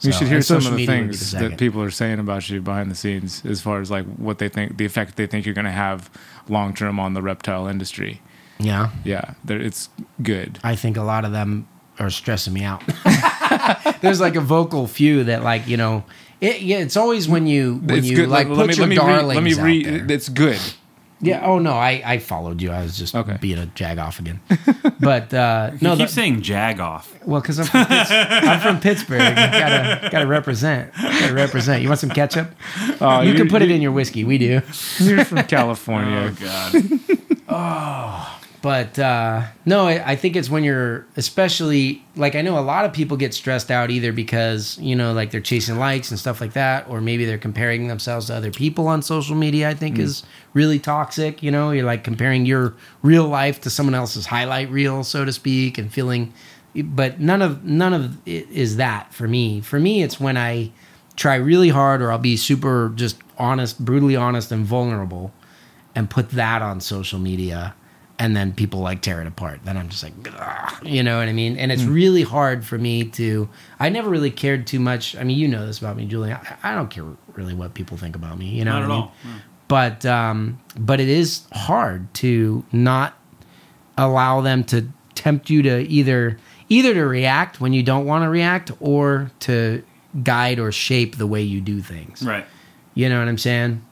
Speaker 2: you
Speaker 3: So,
Speaker 2: should hear
Speaker 3: and
Speaker 2: some of the
Speaker 3: social media would be
Speaker 2: things
Speaker 3: the
Speaker 2: that
Speaker 3: second.
Speaker 2: people are saying about you behind the scenes, as far as like what they think, the effect they think you're gonna have long term on the reptile industry.
Speaker 3: Yeah,
Speaker 2: Yeah, there- it's good.
Speaker 3: I think a lot of them are stressing me out. There's like a vocal few that like you know. It, yeah, it's always when you when
Speaker 2: it's
Speaker 3: you
Speaker 2: good.
Speaker 3: like put your darlings
Speaker 2: Let me
Speaker 3: out
Speaker 2: read.
Speaker 3: there.
Speaker 2: It's good.
Speaker 3: Yeah. Oh no, I, I followed you. I was just
Speaker 2: Okay.
Speaker 3: being a jag off again. But uh,
Speaker 1: No,
Speaker 3: no,
Speaker 1: you keep
Speaker 3: the-
Speaker 1: saying jag off.
Speaker 3: well, because I'm, from Pitts- I'm from Pittsburgh. Gotta gotta represent. Gotta represent. You want some ketchup?
Speaker 2: Uh,
Speaker 3: you
Speaker 2: you're-
Speaker 3: can put it in your whiskey. We do.
Speaker 2: You're from
Speaker 1: Oh
Speaker 2: California.
Speaker 1: god,
Speaker 3: But uh, no, I, I think it's when you're especially like I know a lot of people get stressed out either because you know like they're chasing likes and stuff like that, or maybe they're comparing themselves to other people on social media. I think is really toxic. You know, you're like comparing your real life to someone else's highlight reel, so to speak, and feeling. But none of none of it is that for me. For me, it's when I try really hard, or I'll be super just honest, brutally honest, and vulnerable and put that on social media and then people like tear it apart then i'm just like "Ugh," you know what i mean and it's
Speaker 1: Hmm.
Speaker 3: really hard for me to i never really cared too much i mean you know this about me julian i, I don't care really what people think about me you know
Speaker 1: not at
Speaker 3: what I mean?
Speaker 1: all. Hmm. No.
Speaker 3: but um but it is hard to not allow them to tempt you to either either to react when you don't want to react or to guide or shape the way you do things
Speaker 1: Right.
Speaker 3: you know what I'm saying?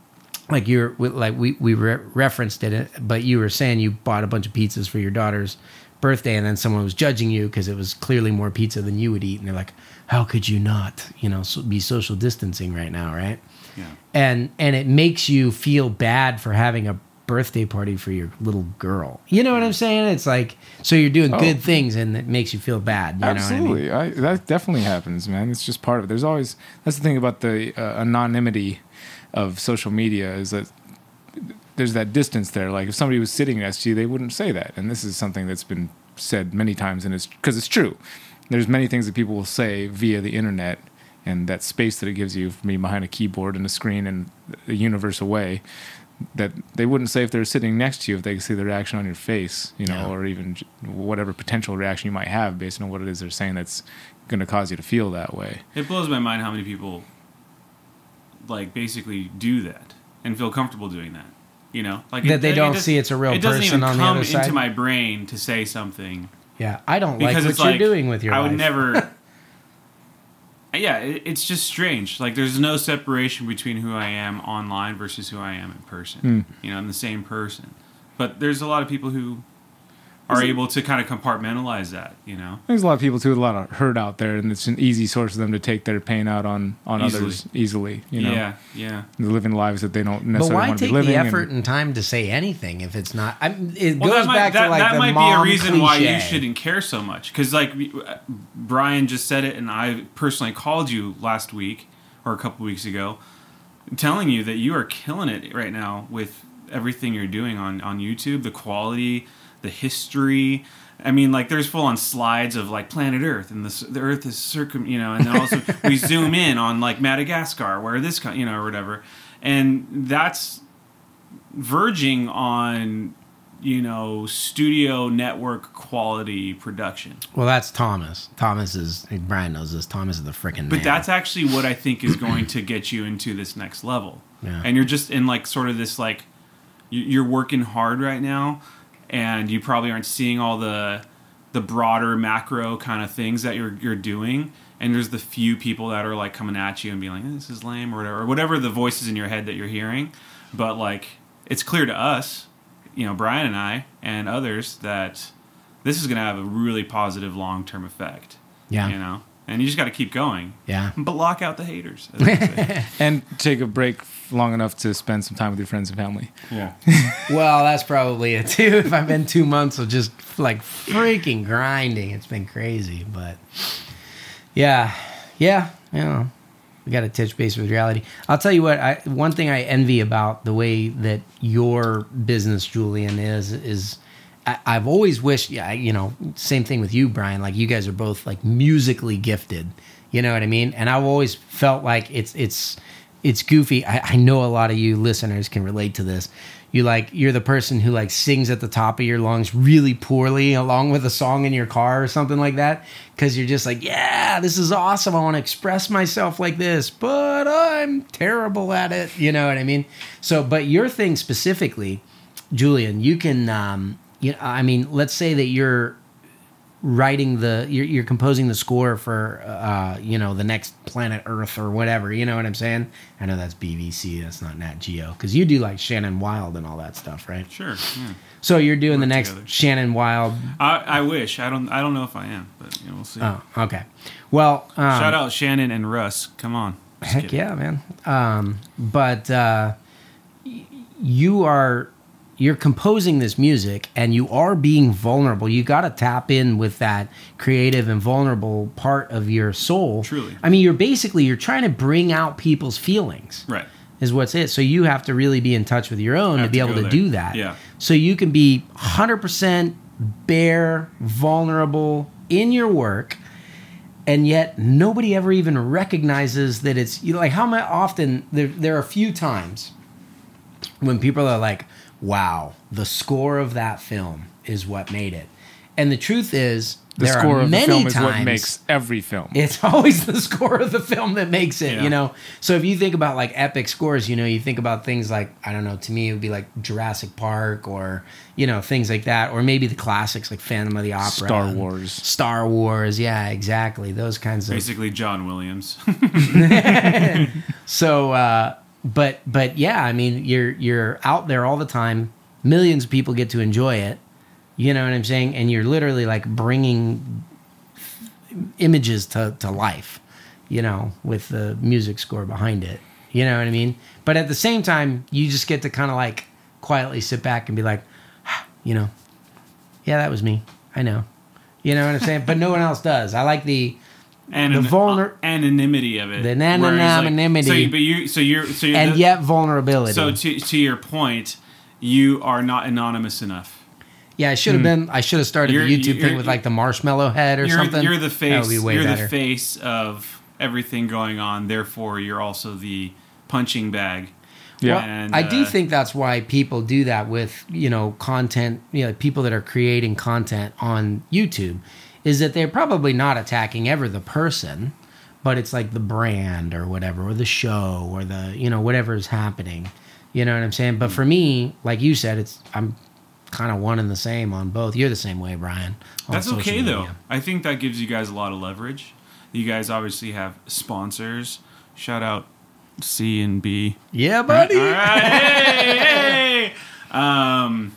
Speaker 3: Like you're we- like we we re- referenced it, but you were saying you bought a bunch of pizzas for your daughter's birthday, and then someone was judging you because it was clearly more pizza than you would eat, and they're like, "How could you not? You know, so, be social distancing right now, right?"
Speaker 1: Yeah.
Speaker 3: And and it makes you feel bad for having a birthday party for your little girl. You know what I'm saying? It's like so you're doing
Speaker 2: Oh.
Speaker 3: good things, and it makes you feel bad. You know what I mean?
Speaker 2: Absolutely, I that definitely happens, man. It's just part of it. There's always that's the thing about the uh, anonymity of social media is that there's that distance there. Like if somebody was sitting next to you, they wouldn't say that. And this is something that's been said many times, and it's because it's true. There's many things that people will say via the internet, and that space that it gives you from being behind a keyboard and a screen and a universe away. That they wouldn't say if they're sitting next to you if they could see the reaction on your face, you know,
Speaker 3: Yeah.
Speaker 2: or even j- whatever potential reaction you might have based on what it is they're saying that's going to cause you to feel that way.
Speaker 1: It blows my mind how many people like basically do that and feel comfortable doing that. You know, like
Speaker 3: That they
Speaker 1: like,
Speaker 3: don't
Speaker 1: does-
Speaker 3: see it's a real
Speaker 1: It doesn't even
Speaker 3: person on the
Speaker 1: come
Speaker 3: other side.
Speaker 1: into my brain to say something
Speaker 3: Yeah, I don't like
Speaker 1: because
Speaker 3: what
Speaker 1: it's
Speaker 3: you're
Speaker 1: like
Speaker 3: doing with your
Speaker 1: I
Speaker 3: life.
Speaker 1: would never. Uh, yeah, it, it's just strange. Like there's no separation between who I am online
Speaker 2: Hmm.
Speaker 1: versus who I am in person. You know, I'm the same person, but there's a lot of people who are able to kind of compartmentalize that, you know?
Speaker 2: There's a lot of people too, with a lot of hurt out there, and it's an easy source for them to take their pain out on on
Speaker 1: Easily.
Speaker 2: others easily. You know,
Speaker 1: Yeah, yeah.
Speaker 2: They're living lives that they don't
Speaker 3: But
Speaker 2: necessarily
Speaker 3: why
Speaker 2: want to
Speaker 3: take
Speaker 2: be living.
Speaker 3: the effort and,
Speaker 2: and-
Speaker 3: time to say anything if it's not? I, it
Speaker 1: Well,
Speaker 3: goes
Speaker 1: that might,
Speaker 3: back
Speaker 1: that,
Speaker 3: to like
Speaker 1: that
Speaker 3: the
Speaker 1: might
Speaker 3: mom
Speaker 1: be a reason why you
Speaker 3: cliche.
Speaker 1: shouldn't care so much. Because, like, we- uh, Brian just said it, and I personally called you last week or a couple weeks ago telling you that you are killing it right now with everything you're doing on, on YouTube, the quality, the history. I mean, like, there's full on slides of like planet Earth and the, s- the Earth is circum, you know, and then also we zoom in on like Madagascar, where this, co- you know, or whatever. And that's verging on, you know, studio network quality production.
Speaker 3: Well, that's Thomas. Thomas is Brian knows this. Thomas is the freaking.
Speaker 1: But that's actually what I think is going to get you into this next level.
Speaker 3: Yeah.
Speaker 1: And you're just in like sort of this like you- you're working hard right now, and you probably aren't seeing all the the broader macro kind of things that you're you're doing. And there's the few people that are like coming at you and being like, "Eh, "This is lame" or whatever, or whatever the voices in your head that you're hearing. But like, it's clear to us, you know, Brian and I and others that this is going to have a really positive long term effect.
Speaker 3: Yeah.
Speaker 1: you know, and you just got to keep going.
Speaker 3: yeah.
Speaker 1: Block out the haters. as they say.
Speaker 2: and take a break long enough to spend some time with your friends and family.
Speaker 1: yeah.
Speaker 3: Well, that's probably it too. If I've been two months of just like freaking grinding, it's been crazy. But yeah, yeah, you know, we got to touch base with reality. I'll tell you what. I one thing I envy about the way that your business, Julian, is is. I- I've always wished, yeah, I- you know, same thing with you, Brian. Like you guys are both like musically gifted, you know what I mean? And I've always felt like it's it's it's goofy. I, I know a lot of you listeners can relate to this. You like you're the person who like sings at the top of your lungs really poorly along with a song in your car or something like that because you're just like, yeah, this is awesome. I want to express myself like this, but I'm terrible at it. You know what I mean? So, but your thing specifically, Julian, you can, um, you know, I mean, let's say that you're writing the you're, you're composing the score for uh you know the next planet earth or whatever you know what i'm saying i know that's bvc that's not nat geo because you do like shannon wild and all that stuff right
Speaker 1: Sure. Yeah.
Speaker 3: so you're doing the next
Speaker 1: together.
Speaker 3: shannon wild
Speaker 1: I, I wish. I don't. I don't know if I am, but you know, we'll see.
Speaker 3: oh okay well um,
Speaker 1: Shout out Shannon and Russ. Come on. Just
Speaker 3: Heck
Speaker 1: kidding.
Speaker 3: yeah, man. Um, but uh, y- you are you're composing this music and you are being vulnerable. You got to tap in with that creative and vulnerable part of your soul.
Speaker 1: Truly.
Speaker 3: I mean, you're basically you're trying to bring out people's feelings
Speaker 1: Right.
Speaker 3: is what's it. So you have to really be in touch with your own to
Speaker 1: have
Speaker 3: be
Speaker 1: to
Speaker 3: able
Speaker 1: go
Speaker 3: to
Speaker 1: there.
Speaker 3: do that.
Speaker 1: Yeah.
Speaker 3: So you can be 100% bare, vulnerable in your work, and yet nobody ever even recognizes that it's you know, like how mu- often there, there are a few times when people are like, wow, the score of that film is what made it. And the truth is,
Speaker 2: The
Speaker 3: there
Speaker 2: score
Speaker 3: are
Speaker 2: of the
Speaker 3: many
Speaker 2: film
Speaker 3: times
Speaker 2: is what makes every film.
Speaker 3: it's always the score of the film that makes it,
Speaker 1: Yeah.
Speaker 3: you know? So if you think about like epic scores, you know, you think about things like, I don't know, to me, it would be like Jurassic Park or, you know, things like that. Or maybe the classics like Phantom of the Opera,
Speaker 2: Star
Speaker 3: and
Speaker 2: Wars.
Speaker 3: Star Wars. Yeah, exactly. Those kinds of.
Speaker 1: Basically, John Williams.
Speaker 3: So, uh, but, but yeah, I mean, you're, you're out there all the time. Millions of people get to enjoy it. You know what I'm saying? And you're literally like bringing images to, to life, you know, with the music score behind it. You know what I mean? But at the same time, you just get to kind of like quietly sit back and be like, you know, yeah, that was me. I know. You know what I'm saying? but no one else does. I like the,
Speaker 1: and uh,
Speaker 3: The vulner-
Speaker 1: anonymity of it.
Speaker 3: The
Speaker 1: Whereas, like,
Speaker 3: anonymity.
Speaker 1: so, you, but you. So you're. So you're
Speaker 3: and
Speaker 1: the-
Speaker 3: yet vulnerability.
Speaker 1: So to to your point, you are not anonymous enough.
Speaker 3: yeah, I should have been, I should have started
Speaker 1: Hmm. You're-
Speaker 3: the YouTube
Speaker 1: you're-
Speaker 3: thing with like the marshmallow head or
Speaker 1: You're
Speaker 3: something.
Speaker 1: you're the
Speaker 3: That would
Speaker 1: face.
Speaker 3: be way
Speaker 1: you're
Speaker 3: better.
Speaker 1: the face of everything going on. Therefore, you're also the punching bag.
Speaker 2: Yeah.
Speaker 3: Well,
Speaker 1: And,
Speaker 3: I do
Speaker 1: uh,
Speaker 3: think that's why people do that with you know content, you know, people that are creating content on YouTube, is that they're probably not attacking ever the person, but it's like the brand or whatever, or the show, or the you know whatever is happening. You know what I'm saying? But for me, like you said, it's I'm kind of one and the same on both. You're the same way, Brian. on
Speaker 1: That's
Speaker 3: social
Speaker 1: okay
Speaker 3: media.
Speaker 1: though. I think that gives you guys a lot of leverage. You guys obviously have sponsors. Shout out C and B.
Speaker 3: Yeah, buddy.
Speaker 1: All right, hey, hey. Um,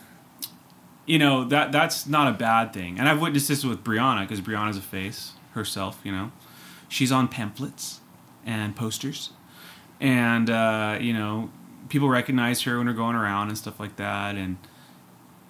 Speaker 1: you know that that's not a bad thing. And I've witnessed this with Brianna because Brianna's a face herself. You know, she's on pamphlets and posters, and uh, you know people recognize her when they're going around and stuff like that. And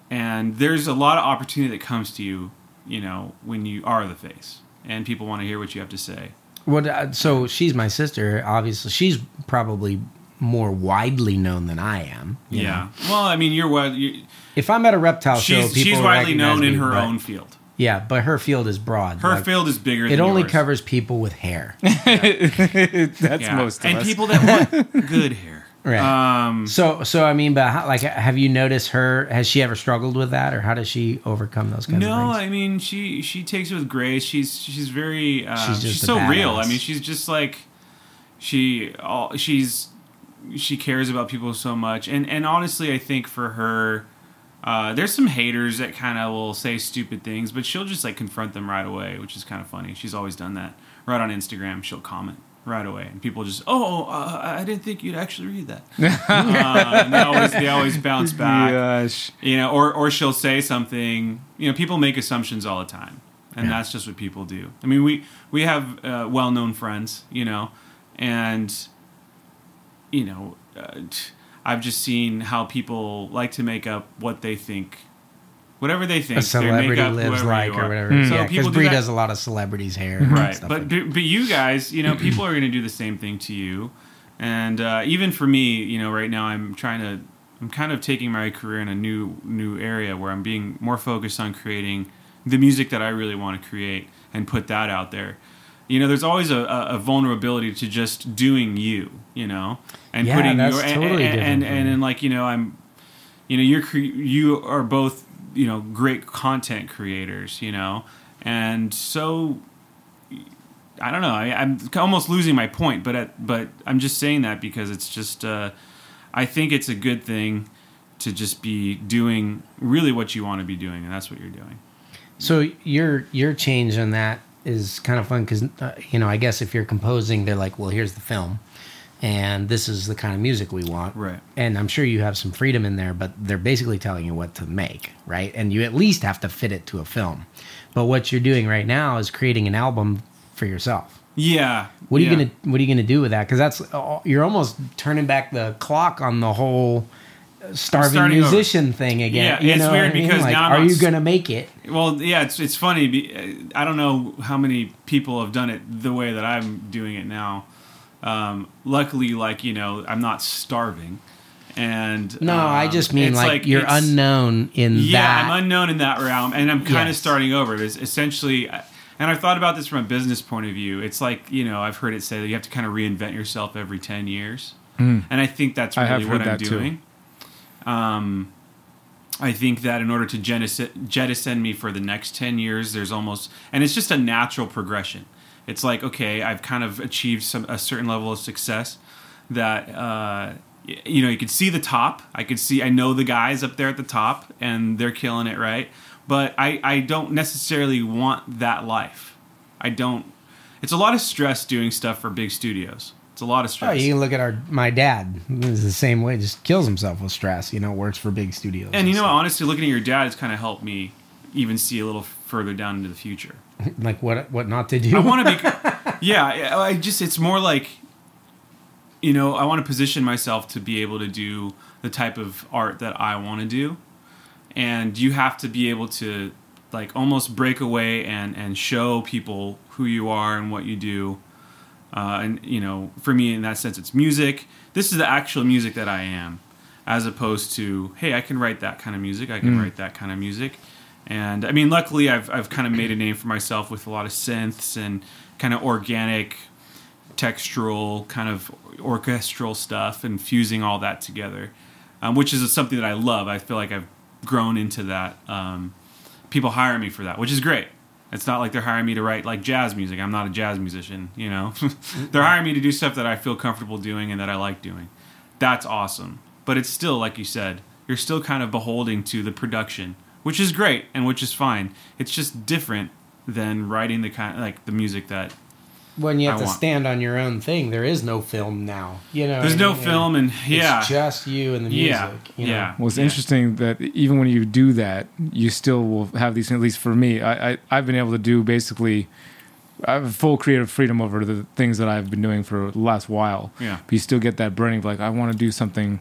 Speaker 1: and there's a lot of opportunity that comes to you, you know, when you are the face, and people want to hear what you have to say.
Speaker 3: What? uh, So she's my sister. Obviously, she's probably more widely known than I am. you know?
Speaker 1: Yeah. Well, I mean, you're what you
Speaker 3: If I'm at a reptile show,
Speaker 1: she's
Speaker 3: people
Speaker 1: she's widely
Speaker 3: recognize
Speaker 1: known in
Speaker 3: me,
Speaker 1: her
Speaker 3: but-
Speaker 1: own field.
Speaker 3: Yeah, but her field is broad.
Speaker 1: Her
Speaker 3: Like,
Speaker 1: field is bigger.
Speaker 3: It
Speaker 1: than
Speaker 3: only
Speaker 1: yours.
Speaker 3: covers people with hair.
Speaker 2: That's
Speaker 1: Yeah.
Speaker 2: most of
Speaker 1: and
Speaker 2: us.
Speaker 1: people that want good hair.
Speaker 3: Right.
Speaker 1: Um,
Speaker 3: So, so I mean, but how, like, have you noticed her? Has she ever struggled with that, or how does she overcome those kind
Speaker 1: no,
Speaker 3: of things?
Speaker 1: I mean she she takes it with grace. She's she's very um,
Speaker 3: She's
Speaker 1: she's,
Speaker 3: just a
Speaker 1: so real.
Speaker 3: badass.
Speaker 1: I mean, she's just like she all she's she cares about people so much. And and honestly, I think for her. Uh, there's some haters that kind of will say stupid things, but she'll just like confront them right away, which is kind of funny. She's always done that. Right on Instagram, she'll comment right away, and people just, oh, uh, I didn't think you'd actually read that. uh, and they always they always bounce back
Speaker 2: Gosh.
Speaker 1: you know, or or she'll say something. You know, people make assumptions all the time, and that's just what people do. I mean, we we have uh, well known friends, you know, and you know, uh, t- I've just seen how people like to make up what they think, whatever they think
Speaker 3: A
Speaker 1: they make
Speaker 3: celebrity
Speaker 1: up
Speaker 3: lives
Speaker 1: whoever
Speaker 3: like
Speaker 1: you
Speaker 3: or
Speaker 1: are.
Speaker 3: whatever.
Speaker 1: So
Speaker 3: Yeah, because
Speaker 1: people do
Speaker 3: Brie
Speaker 1: that-
Speaker 3: does a lot of celebrities' hair, And
Speaker 1: right?
Speaker 3: stuff
Speaker 1: But
Speaker 3: like
Speaker 1: but you guys, you know, people are going to do the same thing to you, and uh, even for me, you know, right now I'm trying to, I'm kind of taking my career in a new new area where I'm being more focused on creating the music that I really want to create and put that out there. You know, there's always a, a, a vulnerability to just doing you, you know, and
Speaker 3: Yeah,
Speaker 1: putting
Speaker 3: that's
Speaker 1: your and-
Speaker 3: totally
Speaker 1: and,
Speaker 3: different
Speaker 1: and,
Speaker 3: from-
Speaker 1: and then like you know I'm you know you're cre- you are both you know great content creators you know and so i don't know I, i'm almost losing my point but at, but i'm just saying that because it's just uh, i think it's a good thing to just be doing really what you want to be doing and that's what you're doing
Speaker 3: So your your change on that is kind of fun because uh, you know I guess if you're composing, they're like, well, here's the film, and this is the kind of music we want,
Speaker 1: Right.
Speaker 3: And I'm sure you have some freedom in there, but they're basically telling you what to make, right? And you at least have to fit it to a film. But what you're doing right now is creating an album for yourself.
Speaker 1: yeah
Speaker 3: What are
Speaker 1: Yeah.
Speaker 3: you gonna What are you gonna do with that? Because that's uh, you're almost turning back the clock on the whole uh, starving
Speaker 1: Starting over.
Speaker 3: musician thing again.
Speaker 1: Yeah,
Speaker 3: you
Speaker 1: it's
Speaker 3: know
Speaker 1: weird
Speaker 3: what I mean?
Speaker 1: because
Speaker 3: Like,
Speaker 1: now I'm
Speaker 3: are
Speaker 1: not
Speaker 3: you
Speaker 1: s-
Speaker 3: gonna make it?
Speaker 1: Well, yeah, it's it's funny. be- I don't know how many people have done it the way that I'm doing it now. Um, luckily, like you know, I'm not starving, and
Speaker 3: No, I
Speaker 1: um,
Speaker 3: just mean
Speaker 1: it's
Speaker 3: like, you're
Speaker 1: it's-
Speaker 3: unknown in
Speaker 1: Yeah,
Speaker 3: that.
Speaker 1: I'm unknown in that realm, and I'm kind of
Speaker 3: Yes.
Speaker 1: starting over. It's essentially, and I've thought about this from a business point of view. It's like you know, I've heard it say that you have to kind of reinvent yourself every ten years, and I think that's
Speaker 2: Hmm. I have
Speaker 1: really what
Speaker 2: heard
Speaker 1: I'm
Speaker 2: that too.
Speaker 1: doing. Um, I think that in order to jettison, jettison me for the next 10 years, there's almost, and it's just a natural progression. It's like, okay, I've kind of achieved some, a certain level of success that, uh, y- you know, you could see the top. I could see, I know the guys up there at the top and they're killing it, right? But I, I don't necessarily want that life. I don't, it's a lot of stress doing stuff for big studios. It's a lot of stress.
Speaker 3: Oh, you can look at our my dad. He's the same way. Just kills himself with stress. You know, works for big studios.
Speaker 1: And you know, honestly, looking at your dad has kind of helped me even see a little further down into the future.
Speaker 3: stuff. like what what not to do.
Speaker 1: I want to be, yeah. I- I just it's more like, you know, I want to position myself to be able to do the type of art that I want to do, and you have to be able to like almost break away and and show people who you are and what you do. Uh, and you know, for me, in that sense, it's music. This is the actual music that I am, as opposed to, hey, I can write that kind of music. I can write that kind of music. And I mean, luckily, I've I've kind of made a name for myself with a lot of synths and kind of organic, textural, kind of orchestral stuff, and fusing all that together, um, which is something that I love. I feel like I've grown into that. Um, people hire me for that, which is great. It's not like they're hiring me to write like jazz music. I'm not a jazz musician, you know. they're hiring me to do stuff that I feel comfortable doing and that I like doing. That's awesome. But it's still like you said, you're still kind of beholding to the production, which is great and which is fine. It's just different than writing the kind like the music that
Speaker 3: when you have
Speaker 1: I
Speaker 3: to
Speaker 1: want.
Speaker 3: stand on your own thing, there is no film now. You know,
Speaker 1: There's
Speaker 3: what I
Speaker 1: no
Speaker 3: mean?
Speaker 1: film, and yeah,
Speaker 3: It's just you and the music.
Speaker 1: yeah,
Speaker 3: you know?
Speaker 1: yeah.
Speaker 2: Well, it's
Speaker 1: yeah.
Speaker 2: interesting that even when you do that, you still will have these. At least for me, I, I I've been able to do basically. I have full creative freedom over the things that I've been doing for the last while.
Speaker 1: Yeah.
Speaker 2: But you still get that burning of like I want to do something,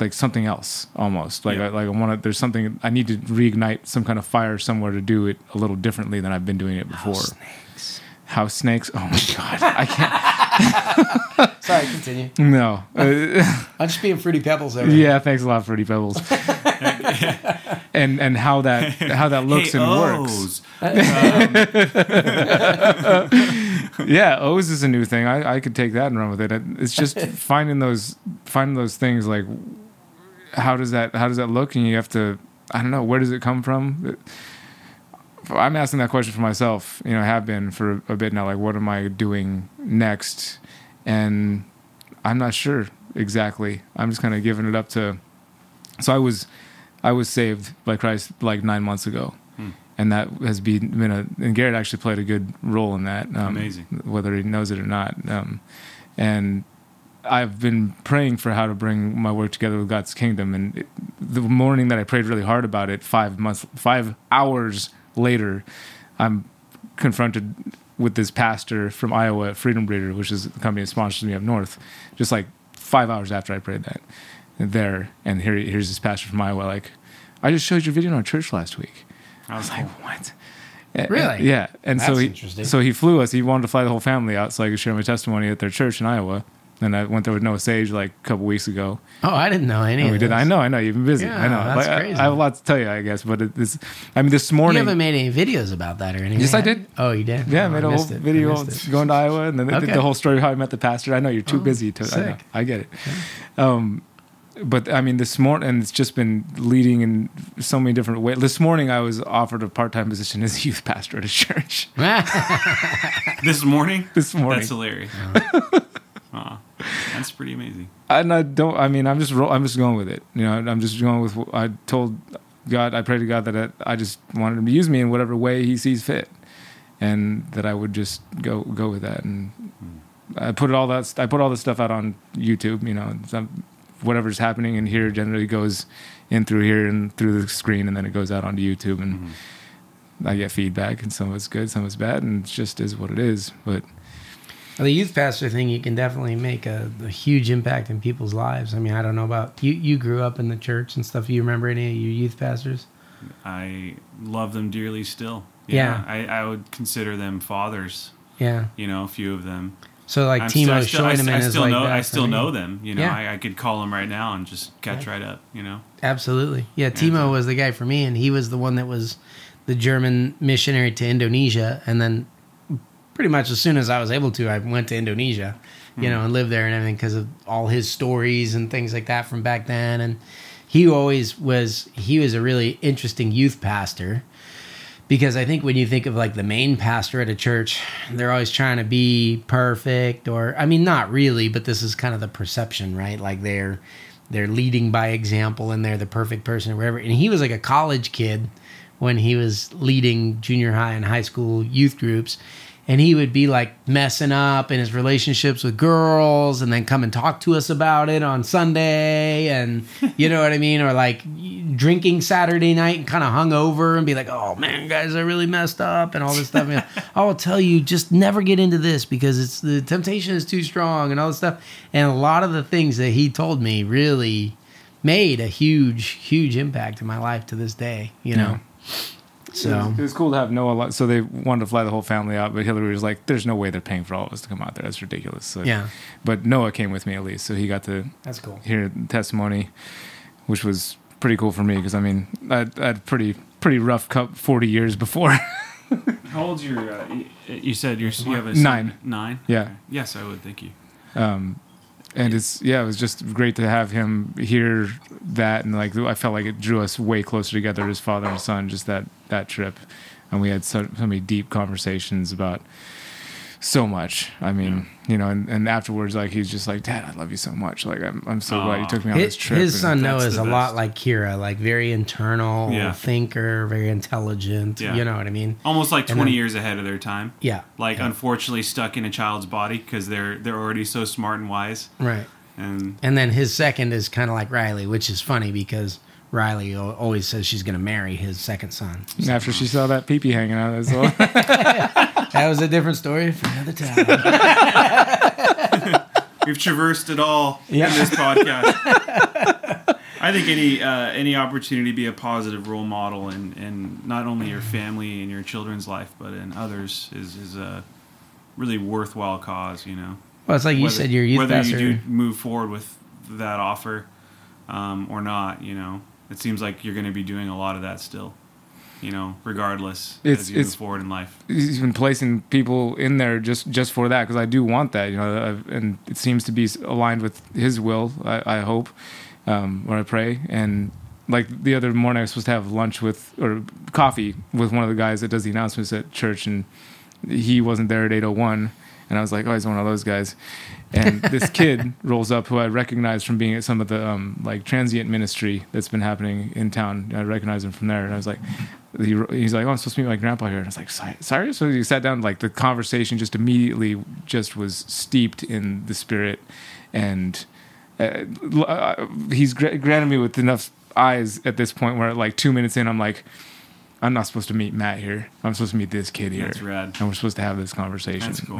Speaker 2: like something else almost. Like
Speaker 1: Yeah.
Speaker 2: I, like I want to. There's something I need to reignite some kind of fire somewhere to do it a little differently than I've been doing it before. House snakes. House snakes. Oh my god! I can't.
Speaker 3: Sorry, continue.
Speaker 2: No. Uh,
Speaker 3: I'm just being fruity pebbles over here.
Speaker 2: yeah. Thanks a lot, Fruity Pebbles. and and how that how that looks
Speaker 1: Hey,
Speaker 2: and works.
Speaker 1: O's.
Speaker 2: yeah, O's is a new thing. I, I could take that and run with it. It's just finding those finding those things like how does that how does that look and you have to I don't know where does it come from. I'm asking that question for myself. You know, I have been for a bit now. Like, what am I doing next? And I'm not sure exactly. I'm just kind of giving it up to. So I was, I was saved by Christ like nine months ago, and that has been, been a. And Garrett actually played a good role in that. Um,
Speaker 1: Amazing.
Speaker 2: whether he knows it or not. Um, and I've been praying for how to bring my work together with God's kingdom. And it, the morning that I prayed really hard about it, five months, five hours later, I'm confronted with this pastor from Iowa at Freedom Breeder, which is the company that sponsors me up north, just like five hours after I prayed that there. And here, here's this pastor from Iowa, like, I just showed your video in our church last week. I was like, what?
Speaker 3: Really?
Speaker 2: Yeah. And so
Speaker 3: That's
Speaker 2: he,
Speaker 3: interesting.
Speaker 2: so he flew us. He wanted to fly the whole family out so I could share my testimony at their church in Iowa. And I went there with Noah Sage like a couple weeks ago.
Speaker 3: Oh, I didn't know any
Speaker 2: And
Speaker 3: of
Speaker 2: we did.
Speaker 3: this.
Speaker 2: I know. I know. You've been busy. I
Speaker 3: Yeah,
Speaker 2: know.
Speaker 3: that's
Speaker 2: Like, I-
Speaker 3: crazy.
Speaker 2: I, have a lot to tell you, I guess. But it, it's. I mean, this
Speaker 3: You
Speaker 2: morning.
Speaker 3: haven't made any videos about that or anything.
Speaker 2: Yes, I
Speaker 3: have you?
Speaker 2: did.
Speaker 3: Oh, you did.
Speaker 2: yeah, I
Speaker 3: Oh,
Speaker 2: made a whole
Speaker 3: missed it. I
Speaker 2: video
Speaker 3: missed it.
Speaker 2: going to Iowa, and then they
Speaker 3: Okay. Oh,
Speaker 2: did the whole story of how I met the pastor. I know you're too busy to. I, know.
Speaker 3: sick.
Speaker 2: I get it. Um, but I mean, this morning, and it's just been leading in so many different ways. This morning, I was offered a part-time position as a youth pastor at a church.
Speaker 1: this morning.
Speaker 2: This morning,
Speaker 1: That's hilarious. Aw, that's pretty amazing.
Speaker 2: and I don't. I mean, I'm just ro- I'm just going with it. You know, I'm just going with. what I told God, I prayed to God that I, I just wanted Him to use me in whatever way He sees fit, and that I would just go go with that. And I put it all that I put all this stuff out on YouTube. You know, and some, whatever's happening in here generally goes in through here and through the screen, and then it goes out onto YouTube, and I get feedback, and some of it's good, some of it's bad, and it just is what it is. But
Speaker 3: Well, the youth pastor thing, you can definitely make a, a huge impact in people's lives. I mean, I don't know about you. You grew up in the church and stuff. You remember any of your youth pastors?
Speaker 1: I love them dearly still.
Speaker 3: Yeah.
Speaker 1: I, I would consider them fathers.
Speaker 3: Yeah.
Speaker 1: You know, a few of them.
Speaker 3: So like
Speaker 1: I'm still- I
Speaker 3: Timo
Speaker 1: still, I,
Speaker 3: Scheunemann
Speaker 1: I
Speaker 3: is
Speaker 1: still
Speaker 3: like
Speaker 1: know.
Speaker 3: that
Speaker 1: I
Speaker 3: for
Speaker 1: still
Speaker 3: me.
Speaker 1: know them. You know,
Speaker 3: Yeah.
Speaker 1: I, I could call them right now and just catch right up. You know,
Speaker 3: Absolutely. Yeah, Timo was the guy for me, and he was the one that was the German missionary to Indonesia. And then, pretty much as soon as I was able to, I went to Indonesia, you
Speaker 1: Hmm.
Speaker 3: know, and lived there and everything because of all his stories and things like that from back then. And he always was, he was a really interesting youth pastor because I think when you think of like the main pastor at a church, they're always trying to be perfect or I mean not really, but this is kind of the perception, right? Like they're they're leading by example and they're the perfect person or whatever. And he was like a college kid when he was leading junior high and high school youth groups. And he would be like messing up in his relationships with girls and then come and talk to us about it on Sunday. And you know what I mean? Or like drinking Saturday night and kind of hung over and be like, oh man, guys, I really messed up and all this stuff. You know, I will tell you, just never get into this because it's the temptation is too strong and all this stuff. And a lot of the things that he told me really made a huge, huge impact in my life to this day, you know?
Speaker 2: It
Speaker 3: So
Speaker 2: was, it was cool to have Noah. li- So they wanted to fly the whole family out, but Hillary was like, "There's no way they're paying for all of us to come out there. That's ridiculous." So,
Speaker 3: Yeah.
Speaker 2: But Noah came with me at least, so he got to
Speaker 3: that's cool.
Speaker 2: hear the testimony, which was pretty cool for me because I mean, I, I had a pretty pretty rough cup 40 years before.
Speaker 1: how old's your? Uh, y- you said you're, you have a
Speaker 2: Nine.
Speaker 1: Nine.
Speaker 2: Yeah.
Speaker 1: Okay. Yes, I would. Thank you.
Speaker 2: and it's yeah, it was just great to have him hear that, and like I felt like it drew us way closer together as father and son. Just that that trip, and we had so, so many deep conversations about so much. I mean, you know, and, and afterwards, like he's just like, Dad, I love you so much. Like I'm, I'm so glad you
Speaker 1: Aw.
Speaker 2: took me on this
Speaker 3: His,
Speaker 2: trip.
Speaker 3: his
Speaker 2: And-
Speaker 3: son Noah
Speaker 1: that's
Speaker 3: is a
Speaker 1: the
Speaker 3: lot
Speaker 1: best.
Speaker 3: like Kira, like very internal
Speaker 1: Yeah.
Speaker 3: thinker, very intelligent.
Speaker 1: Yeah.
Speaker 3: You know what I mean?
Speaker 1: almost like
Speaker 3: And
Speaker 1: 20
Speaker 3: then-
Speaker 1: years ahead of their time.
Speaker 3: Yeah.
Speaker 1: Like unfortunately stuck in a child's body because they're they're already so smart and wise.
Speaker 3: Right.
Speaker 1: And
Speaker 3: And then his second is kind of like Riley, which is funny because Riley al- always says she's going to marry his second son.
Speaker 2: and after she saw that peepee hanging out, that's all.
Speaker 3: That was a different story for another time.
Speaker 1: we've traversed it all
Speaker 3: Yeah.
Speaker 1: in this podcast. I think any uh, any opportunity to be a positive role model in, in not only your family and your children's life, but in others is, is a really worthwhile cause, you know.
Speaker 3: Well, it's like you said, your youth
Speaker 1: whether
Speaker 3: pastor.
Speaker 1: you do move forward with that offer um, or not, you know, it seems like you're going to be doing a lot of that still, you know, regardless
Speaker 2: It's-
Speaker 1: as you
Speaker 2: it's-
Speaker 1: move forward in life.
Speaker 2: he's been placing people in there just just for that because I do want that, you know, I've, and it seems to be s- aligned with his will. I, I hope, um, or I pray. And like the other morning, I was supposed to have lunch with or coffee with one of the guys that does the announcements at church, and he wasn't there at eight oh one. And I was like, oh, he's one of those guys. And this kid rolls up who I recognize from being at some of the um, like transient ministry that's been happening in town. I recognize him from there. And I was like, he, he's like, oh, I'm supposed to meet my grandpa here. And I was like, "Si- Cyrus? So you sat down, like the conversation just immediately just was steeped in the spirit. And uh, l- uh, he's gra- granted me with enough eyes at this point where like two minutes in, I'm like, I'm not supposed to meet Matt here. I'm supposed to meet this kid here.
Speaker 1: That's rad.
Speaker 2: And we're supposed to have this conversation.
Speaker 1: That's cool.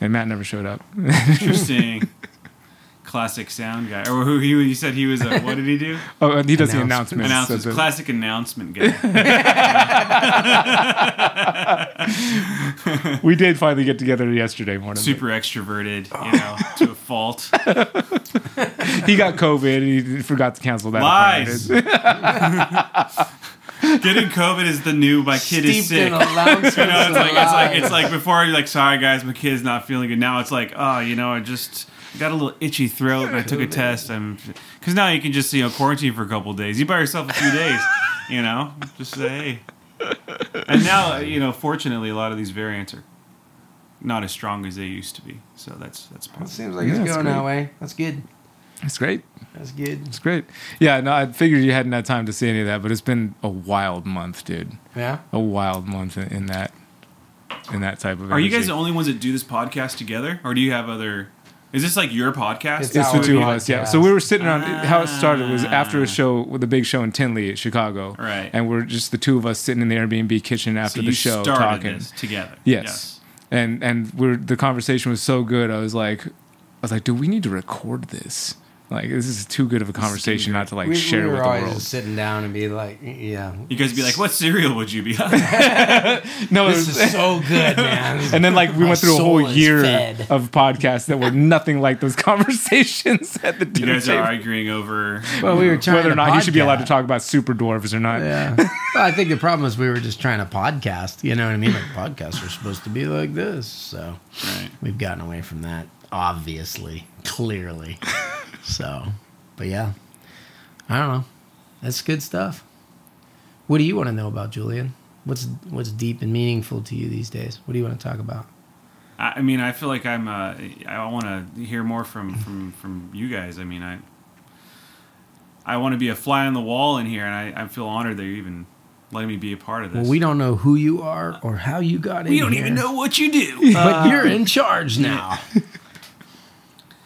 Speaker 2: and Matt never showed up.
Speaker 1: Interesting. Classic sound guy, or who he, he said he was. A, what did he do?
Speaker 2: Oh, and he does the announcements.
Speaker 1: Announcements.
Speaker 2: That's it.
Speaker 1: Classic announcement guy.
Speaker 2: we did finally get together yesterday morning.
Speaker 1: Super extroverted, you know, to a fault.
Speaker 2: He got COVID. and He forgot to cancel that.
Speaker 1: Lies.
Speaker 2: appointment.
Speaker 1: Getting COVID is the new. My kid is
Speaker 3: Steeped
Speaker 1: sick.
Speaker 3: in allowance
Speaker 1: You know, it's like it's like it's like before you're like, sorry guys, my kid's not feeling good. Now it's like, oh, you know, I just got a little itchy throat and I took a test. I'm because now you can just you know quarantine for a couple days. You buy yourself a few days, you know, just say hey. And now you know, fortunately, a lot of these variants are not as strong as they used to be. So that's that's positive.
Speaker 3: Seems like
Speaker 2: Yeah,
Speaker 3: it's
Speaker 2: that's
Speaker 3: going
Speaker 2: great.
Speaker 3: that way. That's good.
Speaker 2: It's great.
Speaker 3: That's good.
Speaker 2: It's great. Yeah, no, I figured you hadn't had time to see any of that, but it's been a wild month, dude.
Speaker 3: Yeah.
Speaker 2: A wild month in, in that in that type of.
Speaker 1: Are you guys
Speaker 2: energy.
Speaker 1: the only ones that do this podcast together, or do you have other? Is this like your podcast?
Speaker 3: It's
Speaker 2: It's the
Speaker 3: Our
Speaker 2: two of us, yeah.
Speaker 3: podcast.
Speaker 2: So we were sitting around. How it started was after
Speaker 1: Ah.
Speaker 2: a show, with the big show in Tinley at Chicago,
Speaker 1: Right.
Speaker 2: And we're just the two of us sitting in the Airbnb kitchen after
Speaker 1: So
Speaker 2: the
Speaker 1: you
Speaker 2: show
Speaker 1: started
Speaker 2: talking.
Speaker 1: this together.
Speaker 2: Yes. And and we're the conversation was so good. I was like, I was like, do we need to record this? Like this is too good of a conversation not to like
Speaker 3: we,
Speaker 2: share
Speaker 3: we were
Speaker 2: with the
Speaker 3: always
Speaker 2: world.
Speaker 3: just sitting down and be like, yeah.
Speaker 1: You guys be like, what cereal would you be on?
Speaker 2: no, it
Speaker 3: This
Speaker 2: was-
Speaker 3: is so good, man.
Speaker 2: and then like we
Speaker 3: My
Speaker 2: went through a
Speaker 3: soul
Speaker 2: whole
Speaker 3: is
Speaker 2: year
Speaker 3: fed.
Speaker 2: of podcasts that were nothing like those conversations at the
Speaker 1: You
Speaker 2: dinner
Speaker 1: guys are
Speaker 2: table.
Speaker 1: arguing over.
Speaker 3: Well, we were trying
Speaker 2: Whether
Speaker 3: to
Speaker 2: or not he should be allowed to
Speaker 3: podcast.
Speaker 2: talk about super dwarves or not.
Speaker 3: Yeah. well, I think the problem is we were just trying to podcast. You know what I mean? Like podcasts are supposed to be like this. So
Speaker 1: Right.
Speaker 3: we've gotten away from that, obviously, clearly. so, but yeah, I don't know. That's good stuff. What do you want to know about Julian? What's what's deep and meaningful to you these days? What do you want to talk about?
Speaker 1: I, I mean, I feel like I'm. Uh, I want to hear more from from from you guys. I mean, I. I want to be a fly on the wall in here, and I, I feel honored that you're even letting me be a part of this.
Speaker 3: Well, we don't know who you are or how you got in.
Speaker 1: We don't
Speaker 3: here,
Speaker 1: even know Uh, what you do.
Speaker 3: but you're in charge now.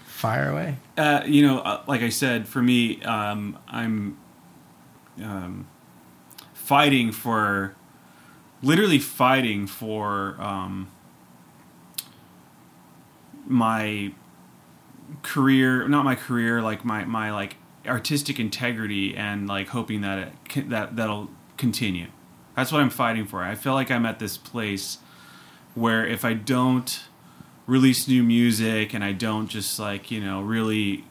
Speaker 3: Fire away.
Speaker 1: uh, you know, uh, like I said, for me, um, I'm um, fighting for, literally fighting for um, my career, not my career, like my my like artistic integrity, and like hoping that it can, that that'll continue. That's what I'm fighting for. I feel like I'm at this place where if I don't release new music and I don't just like you know really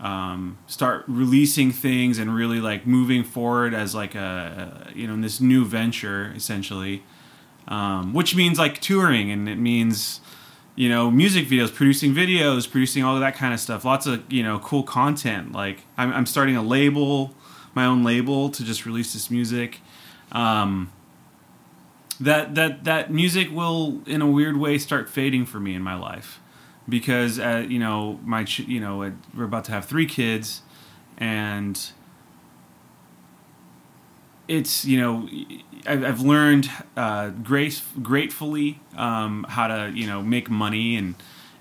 Speaker 1: um, start releasing things and really like moving forward as like a you know in this new venture essentially, um, which means like touring and it means you know music videos, producing videos, producing all of that kind of stuff. Lots of you know cool content. Like I'm, I'm starting a label, my own label to just release this music. Um, that that that music will in a weird way start fading for me in my life because uh, you know my ch- you know uh, we're about to have three kids and it's you know I've, I've learned uh, grace gratefully um, how to you know make money and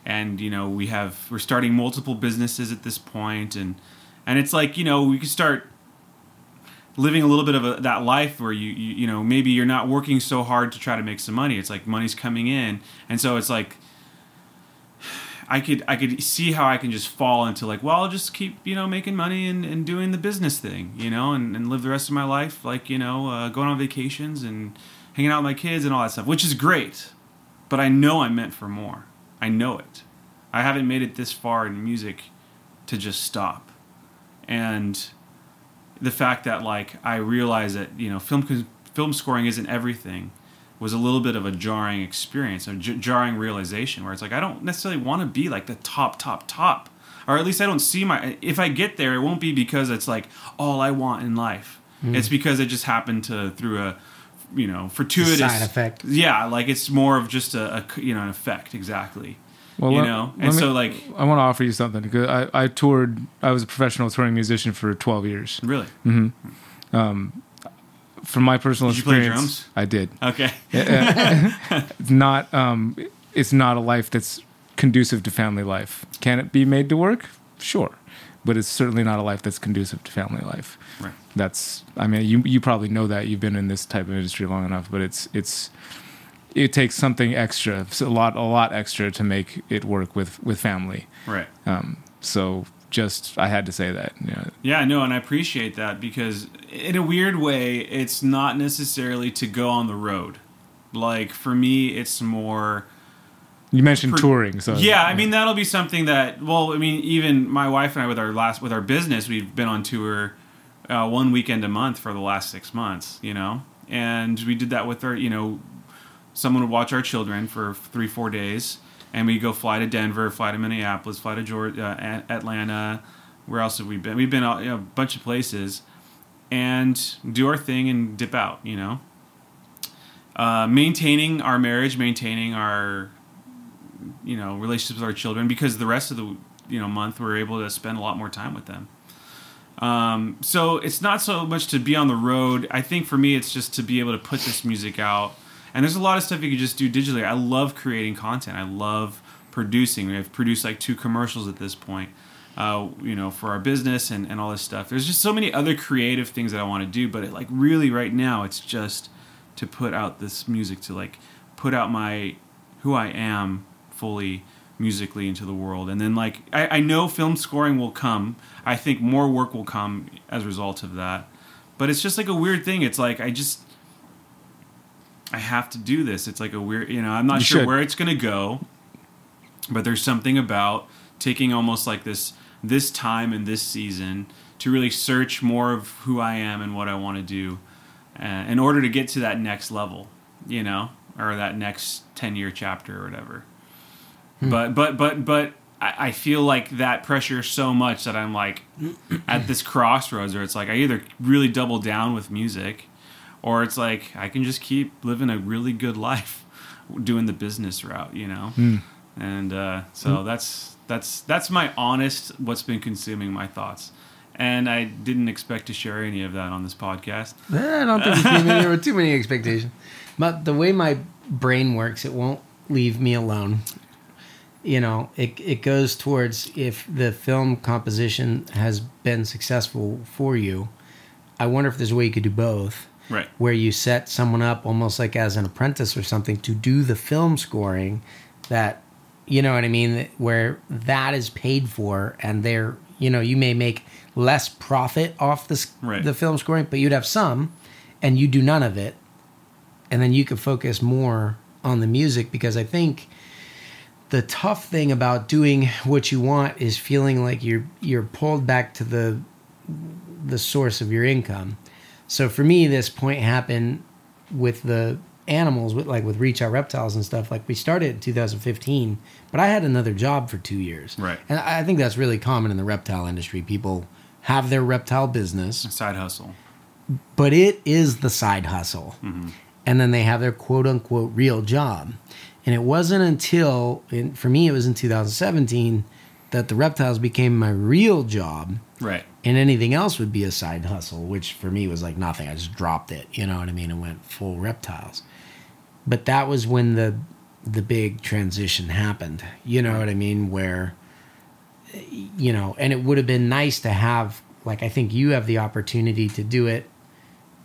Speaker 1: and you know we have we're starting multiple businesses at this point and and it's like you know we could start living a little bit of a, that life where you, you you know maybe you're not working so hard to try to make some money it's like money's coming in and so it's like I could I could see how I can just fall into like well I'll just keep you know making money and, and doing the business thing you know and, and live the rest of my life like you know uh, going on vacations and hanging out with my kids and all that stuff which is great but I know I'm meant for more I know it I haven't made it this far in music to just stop and the fact that like I realized that you know film film scoring isn't everything was a little bit of a jarring experience, a j- jarring realization where it's like I don't necessarily want to be like the top top top, or at least I don't see my. If I get there, it won't be because it's like all I want in life.
Speaker 2: Mm.
Speaker 1: It's because it just happened to through a you know fortuitous
Speaker 3: Side effect.
Speaker 1: Yeah, like it's more of just a, a c- you know an effect exactly.
Speaker 2: Well,
Speaker 1: you
Speaker 2: let-
Speaker 1: know,
Speaker 2: let
Speaker 1: and
Speaker 2: me-
Speaker 1: so like
Speaker 2: I want to offer you something because I, I toured. I was a professional touring musician for 12 years.
Speaker 1: really
Speaker 2: Mm-hmm. From my personal
Speaker 1: Did you play
Speaker 2: experience,
Speaker 1: drums?
Speaker 2: I did.
Speaker 1: okay.
Speaker 2: It's not. Um, it's not a life that's conducive to family life. Can it be made to work? Sure, but it's certainly not a life that's conducive to family life.
Speaker 1: Right.
Speaker 2: That's. I mean, you you probably know that you've been in this type of industry long enough, but it's it's. It takes something extra, it's a lot, a lot extra, to make it work with with family.
Speaker 1: Right.
Speaker 2: Um, so just I had to say that. You know,
Speaker 1: Yeah, no, and I appreciate that because in a weird way, it's not necessarily to go on the road. Like for me, it's more
Speaker 2: you mentioned
Speaker 1: For-
Speaker 2: touring, so
Speaker 1: yeah, I mean that'll be something that well, I mean even my wife and I with our last with our business, we've been on tour uh, one weekend a month for the last six months, you know, and we did that with our you know someone would watch our children for three four days, and we go fly to Denver, fly to Minneapolis, fly to Georgia, uh, A- Atlanta. Where else have we been? We've been out, you know, a bunch of places, and do our thing and dip out, you know. Uh, maintaining our marriage, maintaining our you know relationships with our children because the rest of the you know month we're able to spend a lot more time with them um, so it's not so much to be on the road i think for me it's just to be able to put this music out and there's a lot of stuff you could just do digitally i love creating content i love producing i've produced like two commercials at this point uh, you know for our business and, and all this stuff there's just so many other creative things that i want to do but it, like really right now it's just to put out this music to like put out my who I am fully musically into the world. And then like I, I know film scoring will come. I think more work will come as a result of that. But it's just like a weird thing. It's like I just I have to do this. It's like a weird you know, I'm not
Speaker 2: You
Speaker 1: sure
Speaker 2: should.
Speaker 1: where it's gonna go. But there's something about taking almost like this this time and this season to really search more of who I am and what I want to do uh, in order to get to that next level, you know, or that next 10 year chapter or whatever. But, but, but, but I, I feel like that pressure so much that I'm like at this crossroads where it's like I either really double down with music or it's like I can just keep living a really good life doing the business route, you know? And uh, so that's that's that's my honest what's been consuming my thoughts. And I didn't expect to share any of that on this podcast.
Speaker 3: I don't think it's too many, there were too many expectations. But the way my brain works, it won't leave me alone. You know, it it goes towards if the film composition has been successful for you. I wonder if there's a way you could do both,
Speaker 1: Right.
Speaker 3: where you set someone up almost like as an apprentice or something to do the film scoring that you know what I mean, where that is paid for and they're you know, you may make less profit off this
Speaker 1: Right.
Speaker 3: the film scoring, but you'd have some and you do none of it. And then you could focus more on the music because I think the tough thing about doing what you want is feeling like you're you're pulled back to the the source of your income. So for me, this point happened with the animals, with like with Reach Out Reptiles and stuff. Like we started in 2015, but I had another job for two years.
Speaker 1: Right.
Speaker 3: and I I think that's really common in the reptile industry. People have their reptile business,
Speaker 1: Side hustle.
Speaker 3: but it is the side hustle. and then they have their quote unquote real job. And it wasn't until, in, for me, it was in 2017 that the reptiles became my real job
Speaker 1: Right.
Speaker 3: and anything else would be a side hustle, which for me was like nothing. I just dropped it, you know what I mean, and went full reptiles. But that was when the the big transition happened. You know what I mean? Where you know, and it would have been nice to have like I think you have the opportunity to do it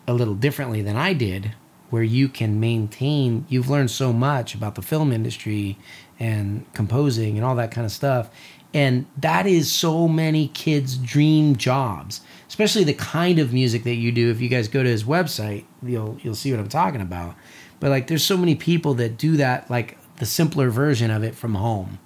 Speaker 3: a little differently than I did, where you can maintain you've learned so much about the film industry and composing and all that kind of stuff. And that is so many kids' dream jobs, especially the kind of music that you do. If you guys go to his website, you'll you'll see what I'm talking about. But like there's so many people that do that like the simpler version of it from home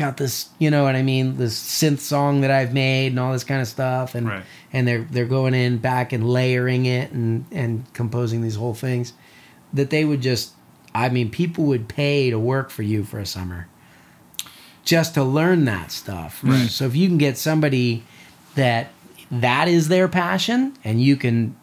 Speaker 1: Right.
Speaker 3: out this you know what i mean this synth song that i've made and all this kind of stuff and
Speaker 1: Right.
Speaker 3: and they're they're going in back and layering it and and composing these whole things that they would just i mean people would pay to work for you for a summer just to learn that stuff so if you can get somebody that that is their passion and you can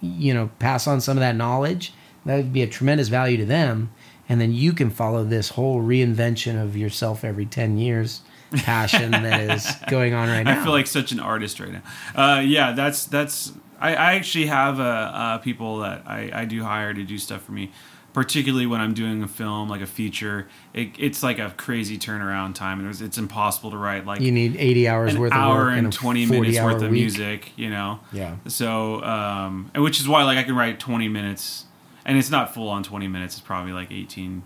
Speaker 3: you know pass on some of that knowledge that would be a tremendous value to them and then you can follow this whole reinvention of yourself every 10 years passion that is going on right now
Speaker 1: I feel like such an artist right now. Uh, yeah, that's that's. I, I actually have uh, uh, people that I, I do hire to do stuff for me, particularly when I'm doing a film like a feature. It, it's like a crazy turnaround time, and it's, it's impossible to write like
Speaker 3: you need 80 hours
Speaker 1: an
Speaker 3: worth of
Speaker 1: hour
Speaker 3: work
Speaker 1: and
Speaker 3: a
Speaker 1: 20 minutes
Speaker 3: 40-hour
Speaker 1: worth of
Speaker 3: week.
Speaker 1: music you know
Speaker 3: Yeah.
Speaker 1: so um and which is why like i can write 20 minutes and it's not full on 20 minutes it's probably like 18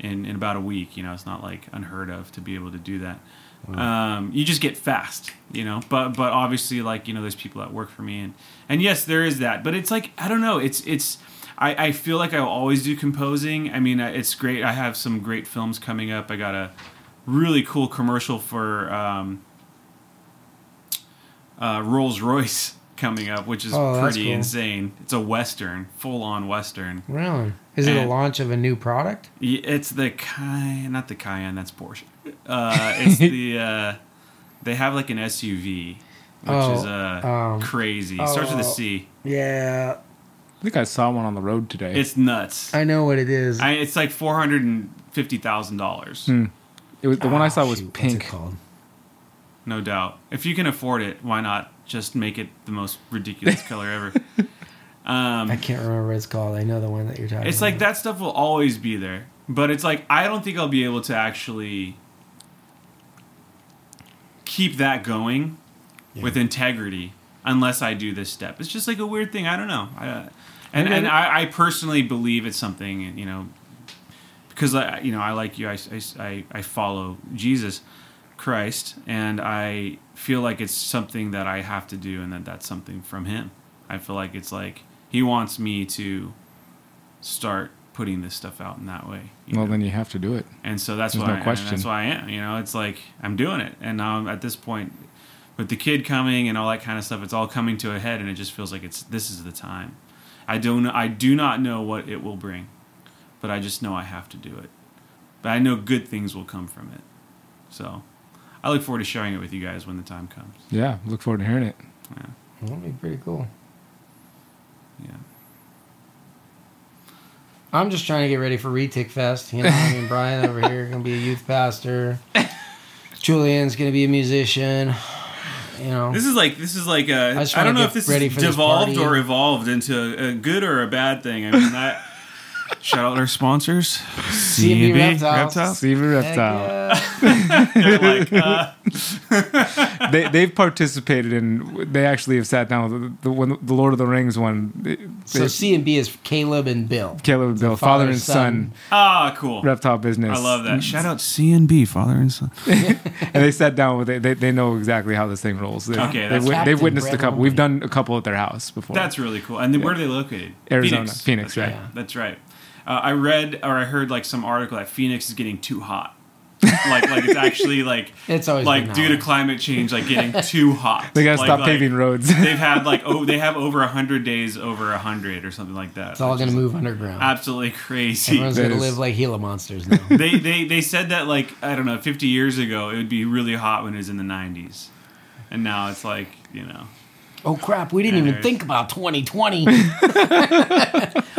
Speaker 1: in in about a week you know it's not like unheard of to be able to do that um you just get fast you know but but obviously like you know there's people that work for me and and yes there is that but it's like i don't know it's it's I, I feel like I will always do composing. I mean, I- it's great. I have some great films coming up. I got a really cool commercial for um, uh, Rolls Royce coming up, which is
Speaker 3: Oh, that's
Speaker 1: pretty
Speaker 3: cool.
Speaker 1: insane. It's a Western, full on Western.
Speaker 3: Really? Is it a
Speaker 1: And-
Speaker 3: launch of a new product?
Speaker 1: Y- It's the Cayenne, not the Cayenne, that's Porsche. Uh, it's the, uh, they have like an SUV, which
Speaker 3: Oh,
Speaker 1: is uh,
Speaker 3: um,
Speaker 1: crazy. It starts with a
Speaker 3: oh.
Speaker 1: C.
Speaker 3: Yeah,
Speaker 2: I think I saw one on the road today.
Speaker 1: It's nuts. I,
Speaker 3: I know what it is.
Speaker 1: it's like $450,000.
Speaker 3: Hmm.
Speaker 2: it was the one I saw was
Speaker 3: Ah, Shoot, what's it
Speaker 2: pink.
Speaker 3: called?
Speaker 1: No doubt. If you can afford it, why not just make it the most ridiculous color ever? Um,
Speaker 3: I can't remember what it's called. I know the one that you're talking.
Speaker 1: It's
Speaker 3: about.
Speaker 1: like that stuff will always be there, but it's like I don't think I'll be able to actually keep that going with integrity unless I do this step. It's just like a weird thing. I don't know. I, uh, and
Speaker 3: get
Speaker 1: and
Speaker 3: it.
Speaker 1: I, I personally believe it's something you know because I you know I like you I, I, I follow Jesus Christ and I feel like it's something that I have to do and that that's something from him. I feel like it's like he wants me to start putting this stuff out in that way. you
Speaker 2: Well,
Speaker 1: know?
Speaker 2: then you have to do it.
Speaker 1: and so that's
Speaker 2: There's
Speaker 1: why
Speaker 2: no
Speaker 1: I- and
Speaker 2: question.
Speaker 1: that's why I am. You know, it's like I'm doing it, and now I'm at this point with the kid coming and all that kind of stuff. It's all coming to a head, and it just feels like it's this is the time. I don't. I do not know what it will bring, but I just know I have to do it. But I know good things will come from it. So I look forward to sharing it with you guys when the time comes.
Speaker 2: Yeah, look forward to hearing it.
Speaker 3: that'd be pretty cool.
Speaker 1: Yeah.
Speaker 3: I'm just trying to get ready for Retic Fest. You know, I mean, Brian over here gonna be a youth pastor. Julian's gonna be a musician. You know,
Speaker 1: This is like this is like a,
Speaker 3: I
Speaker 1: I,
Speaker 3: just
Speaker 1: don't
Speaker 3: wanna
Speaker 1: know
Speaker 3: get
Speaker 1: if this
Speaker 3: ready
Speaker 1: is
Speaker 3: for this
Speaker 1: devolved
Speaker 3: party.
Speaker 1: or evolved into a good or a bad thing. I mean, that shout out our sponsors,
Speaker 3: CMB Reptiles.
Speaker 2: Seaver
Speaker 3: Heck
Speaker 2: Reptile.
Speaker 3: yeah.
Speaker 1: They're like, uh,
Speaker 2: They they've participated in. They actually have sat down with the the, one, the Lord of the Rings one. They-
Speaker 3: So
Speaker 2: they-
Speaker 3: C and B is Caleb and Bill.
Speaker 2: Caleb and Bill, father, and son,
Speaker 1: ah, cool.
Speaker 2: reptile business.
Speaker 1: I love that. Shout out CNB, father and son.
Speaker 2: And they sat down with it. They, they know exactly how this thing rolls. They,
Speaker 1: Okay,
Speaker 2: they,
Speaker 1: that's
Speaker 2: wi-
Speaker 3: cool.
Speaker 2: they've witnessed a
Speaker 3: Captain
Speaker 2: couple. We've done a couple at their house before.
Speaker 1: That's really cool. And then where are they located?
Speaker 2: Arizona. Phoenix,
Speaker 1: That's right.
Speaker 2: yeah.
Speaker 1: That's right. Uh, I read or I heard like some article that Phoenix is getting too hot. like like it's actually like
Speaker 3: It's always
Speaker 1: like
Speaker 3: been
Speaker 1: due
Speaker 3: that
Speaker 1: to climate change, like getting too hot.
Speaker 2: they gotta
Speaker 1: Like-
Speaker 2: stop
Speaker 1: like,
Speaker 2: paving roads.
Speaker 1: They've had like oh they have over hundred days over hundred or something like that.
Speaker 3: It's all gonna move underground.
Speaker 1: absolutely crazy.
Speaker 3: Everyone's
Speaker 2: that
Speaker 3: gonna
Speaker 2: is-
Speaker 3: live like Gila monsters now.
Speaker 1: they, they they said that like I don't know, 50 years ago it would be really hot when it was in the 90s, and now it's like you know.
Speaker 3: oh crap! We didn't
Speaker 1: Yeah,
Speaker 3: even
Speaker 1: there's-
Speaker 3: think about 2020.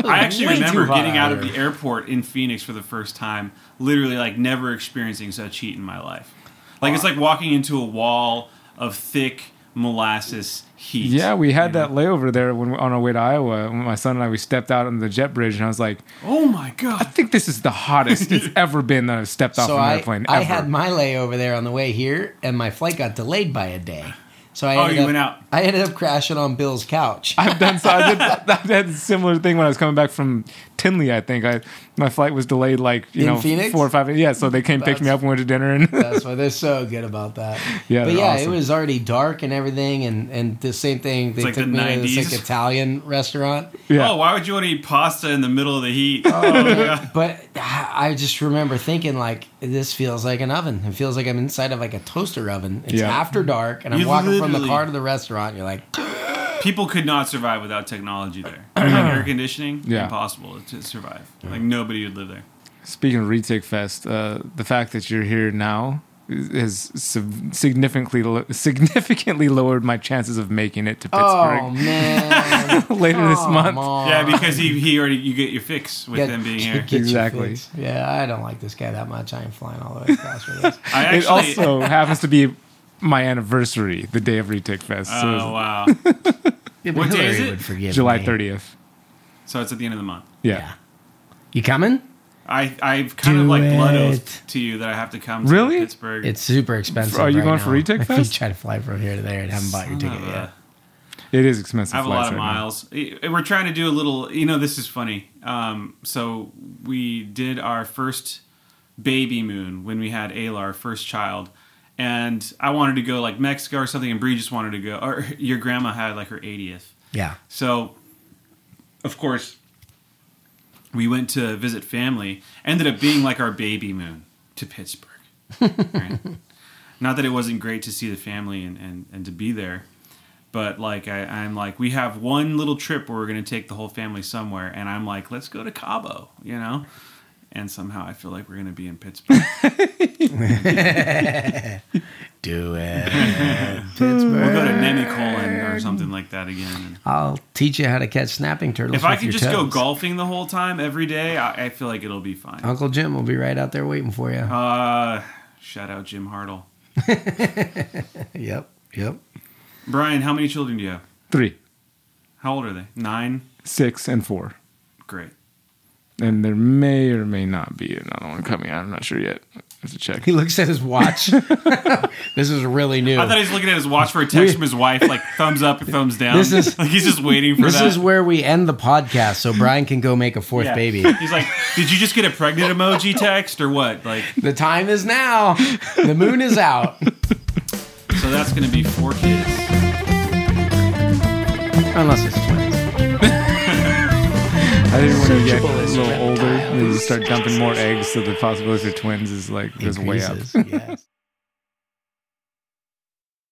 Speaker 1: I actually
Speaker 4: way too
Speaker 1: remember
Speaker 4: hot
Speaker 1: getting out
Speaker 4: here.
Speaker 1: of the airport in Phoenix for the first time, literally like never experiencing such heat in my life. Like it's like walking into a wall of thick molasses heat.
Speaker 2: Yeah, we had that layover there when we- on our way to Iowa. When my son and I we stepped out on the jet bridge, and I was like,
Speaker 1: Oh my
Speaker 2: "I
Speaker 1: god.
Speaker 2: think this is the hottest it's ever been that I've stepped off
Speaker 3: So
Speaker 2: an
Speaker 3: I,
Speaker 2: airplane."
Speaker 3: I
Speaker 2: ever.
Speaker 3: had my layover there on the way here, and my flight got delayed by a day. So I
Speaker 1: Oh,
Speaker 3: ended
Speaker 1: you
Speaker 3: up,
Speaker 1: went out.
Speaker 3: I ended up crashing on Bill's couch.
Speaker 2: I've done so. I did, I did a similar thing when I was coming back from Tinley. I think I my flight was delayed like you
Speaker 3: In
Speaker 2: know
Speaker 3: Phoenix?
Speaker 2: four or five. Yeah, so they came picked me
Speaker 3: That's-
Speaker 2: up and went to dinner and
Speaker 3: That's why they're so good about that.
Speaker 2: Yeah,
Speaker 3: but
Speaker 2: they're
Speaker 3: yeah,
Speaker 2: awesome.
Speaker 3: it was already dark and everything, and and the same thing. They
Speaker 1: like
Speaker 3: took
Speaker 1: the
Speaker 3: me to this
Speaker 1: 90s.
Speaker 3: like Italian restaurant,
Speaker 2: yeah.
Speaker 1: Oh, why would you want to eat pasta in the middle of the heat? Oh, yeah.
Speaker 3: but I I just remember thinking like, this feels like an oven. It feels like I'm inside of like a toaster oven. It's
Speaker 2: Yeah.
Speaker 3: after dark, and I'm
Speaker 1: You
Speaker 3: walking from the
Speaker 1: literally-
Speaker 3: car to the restaurant. You're like,
Speaker 1: People could not survive without technology there. Like air conditioning,
Speaker 2: Yeah.
Speaker 1: impossible to survive. Like nobody would live there.
Speaker 2: Speaking of Retake Fest, uh, the fact that you're here now has sig- significantly lo- significantly lowered my chances of making it to
Speaker 3: oh
Speaker 2: Pittsburgh
Speaker 3: man,
Speaker 2: later this month.
Speaker 1: Yeah, because he, he already you get your fix with
Speaker 3: Yeah,
Speaker 1: them being
Speaker 3: get
Speaker 1: here.
Speaker 3: your
Speaker 2: Exactly.
Speaker 3: fix. Yeah, I don't like this guy that much. I ain't flying all the way across for this.
Speaker 1: I actually.
Speaker 2: It also happens to be my anniversary, the day of Retake Fest, so
Speaker 1: oh wow! What day is it?
Speaker 3: forgive
Speaker 2: it's July
Speaker 3: me.
Speaker 2: 30th.
Speaker 1: So it's at the end of the month.
Speaker 2: yeah.
Speaker 3: Yeah. You coming?
Speaker 1: I I've kind of
Speaker 3: Do
Speaker 1: like blood
Speaker 3: it.
Speaker 1: oath to you that I have to come to
Speaker 2: Really?
Speaker 1: Pittsburgh.
Speaker 3: It's super expensive.
Speaker 2: Are you
Speaker 3: right
Speaker 2: going for
Speaker 3: now.
Speaker 2: retake
Speaker 3: If
Speaker 2: fest?
Speaker 3: you try to fly from here to there and haven't bought your
Speaker 1: Son of
Speaker 3: ticket
Speaker 1: a-
Speaker 3: yet.
Speaker 2: It is expensive.
Speaker 1: I have a
Speaker 2: flights
Speaker 1: lot of
Speaker 2: right now.
Speaker 1: miles. I- We're trying to do a little. You know, this is funny. Um, so we did our first baby moon when we had Ayla, our first child, and I wanted to go like Mexico or something, and Bree just wanted to go. Or your grandma had like her 80th.
Speaker 3: Yeah.
Speaker 1: So, of course, we went to visit family. Ended up being like our baby moon to Pittsburgh. Right? Not that it wasn't great to see the family and, and, and to be there, but like I, I'm like we have one little trip where we're gonna take the whole family somewhere, and I'm like let's go to Cabo, you know. And somehow I feel like we're gonna be in Pittsburgh.
Speaker 3: Do it.
Speaker 1: we'll go to Nemicolon or something like that again. And
Speaker 3: I'll teach you how to catch snapping turtles.
Speaker 1: if I
Speaker 3: with
Speaker 1: could
Speaker 3: your
Speaker 1: just go
Speaker 3: toes.
Speaker 1: golfing the whole time every day, I, I feel like it'll be fine.
Speaker 3: Uncle Jim will be right out there waiting for you.
Speaker 1: Uh, shout out Jim Hartle.
Speaker 3: yep. Yep.
Speaker 1: Brian, how many children do you have?
Speaker 2: Three,
Speaker 1: How old are they? Nine.
Speaker 2: six, and four.
Speaker 1: Great.
Speaker 2: And there may or may not be another one coming out. I'm not sure yet. I have to check.
Speaker 3: He looks at his watch. this is really new.
Speaker 1: I thought he was looking at his watch for a text from his wife, like thumbs up, thumbs down.
Speaker 3: This is-
Speaker 1: like he's just waiting for
Speaker 3: this
Speaker 1: that.
Speaker 3: is where we end the podcast so Brian can go make a fourth
Speaker 1: Yeah.
Speaker 3: baby.
Speaker 1: He's like, did you just get a pregnant emoji text or what? Like,
Speaker 3: The time is now. The moon is out.
Speaker 1: so that's gonna be four kids.
Speaker 3: Unless it's twins.
Speaker 2: I think when you get a little older, you start dumping more eggs, so the possibility for twins is like goes way up.
Speaker 3: Increases, Yes.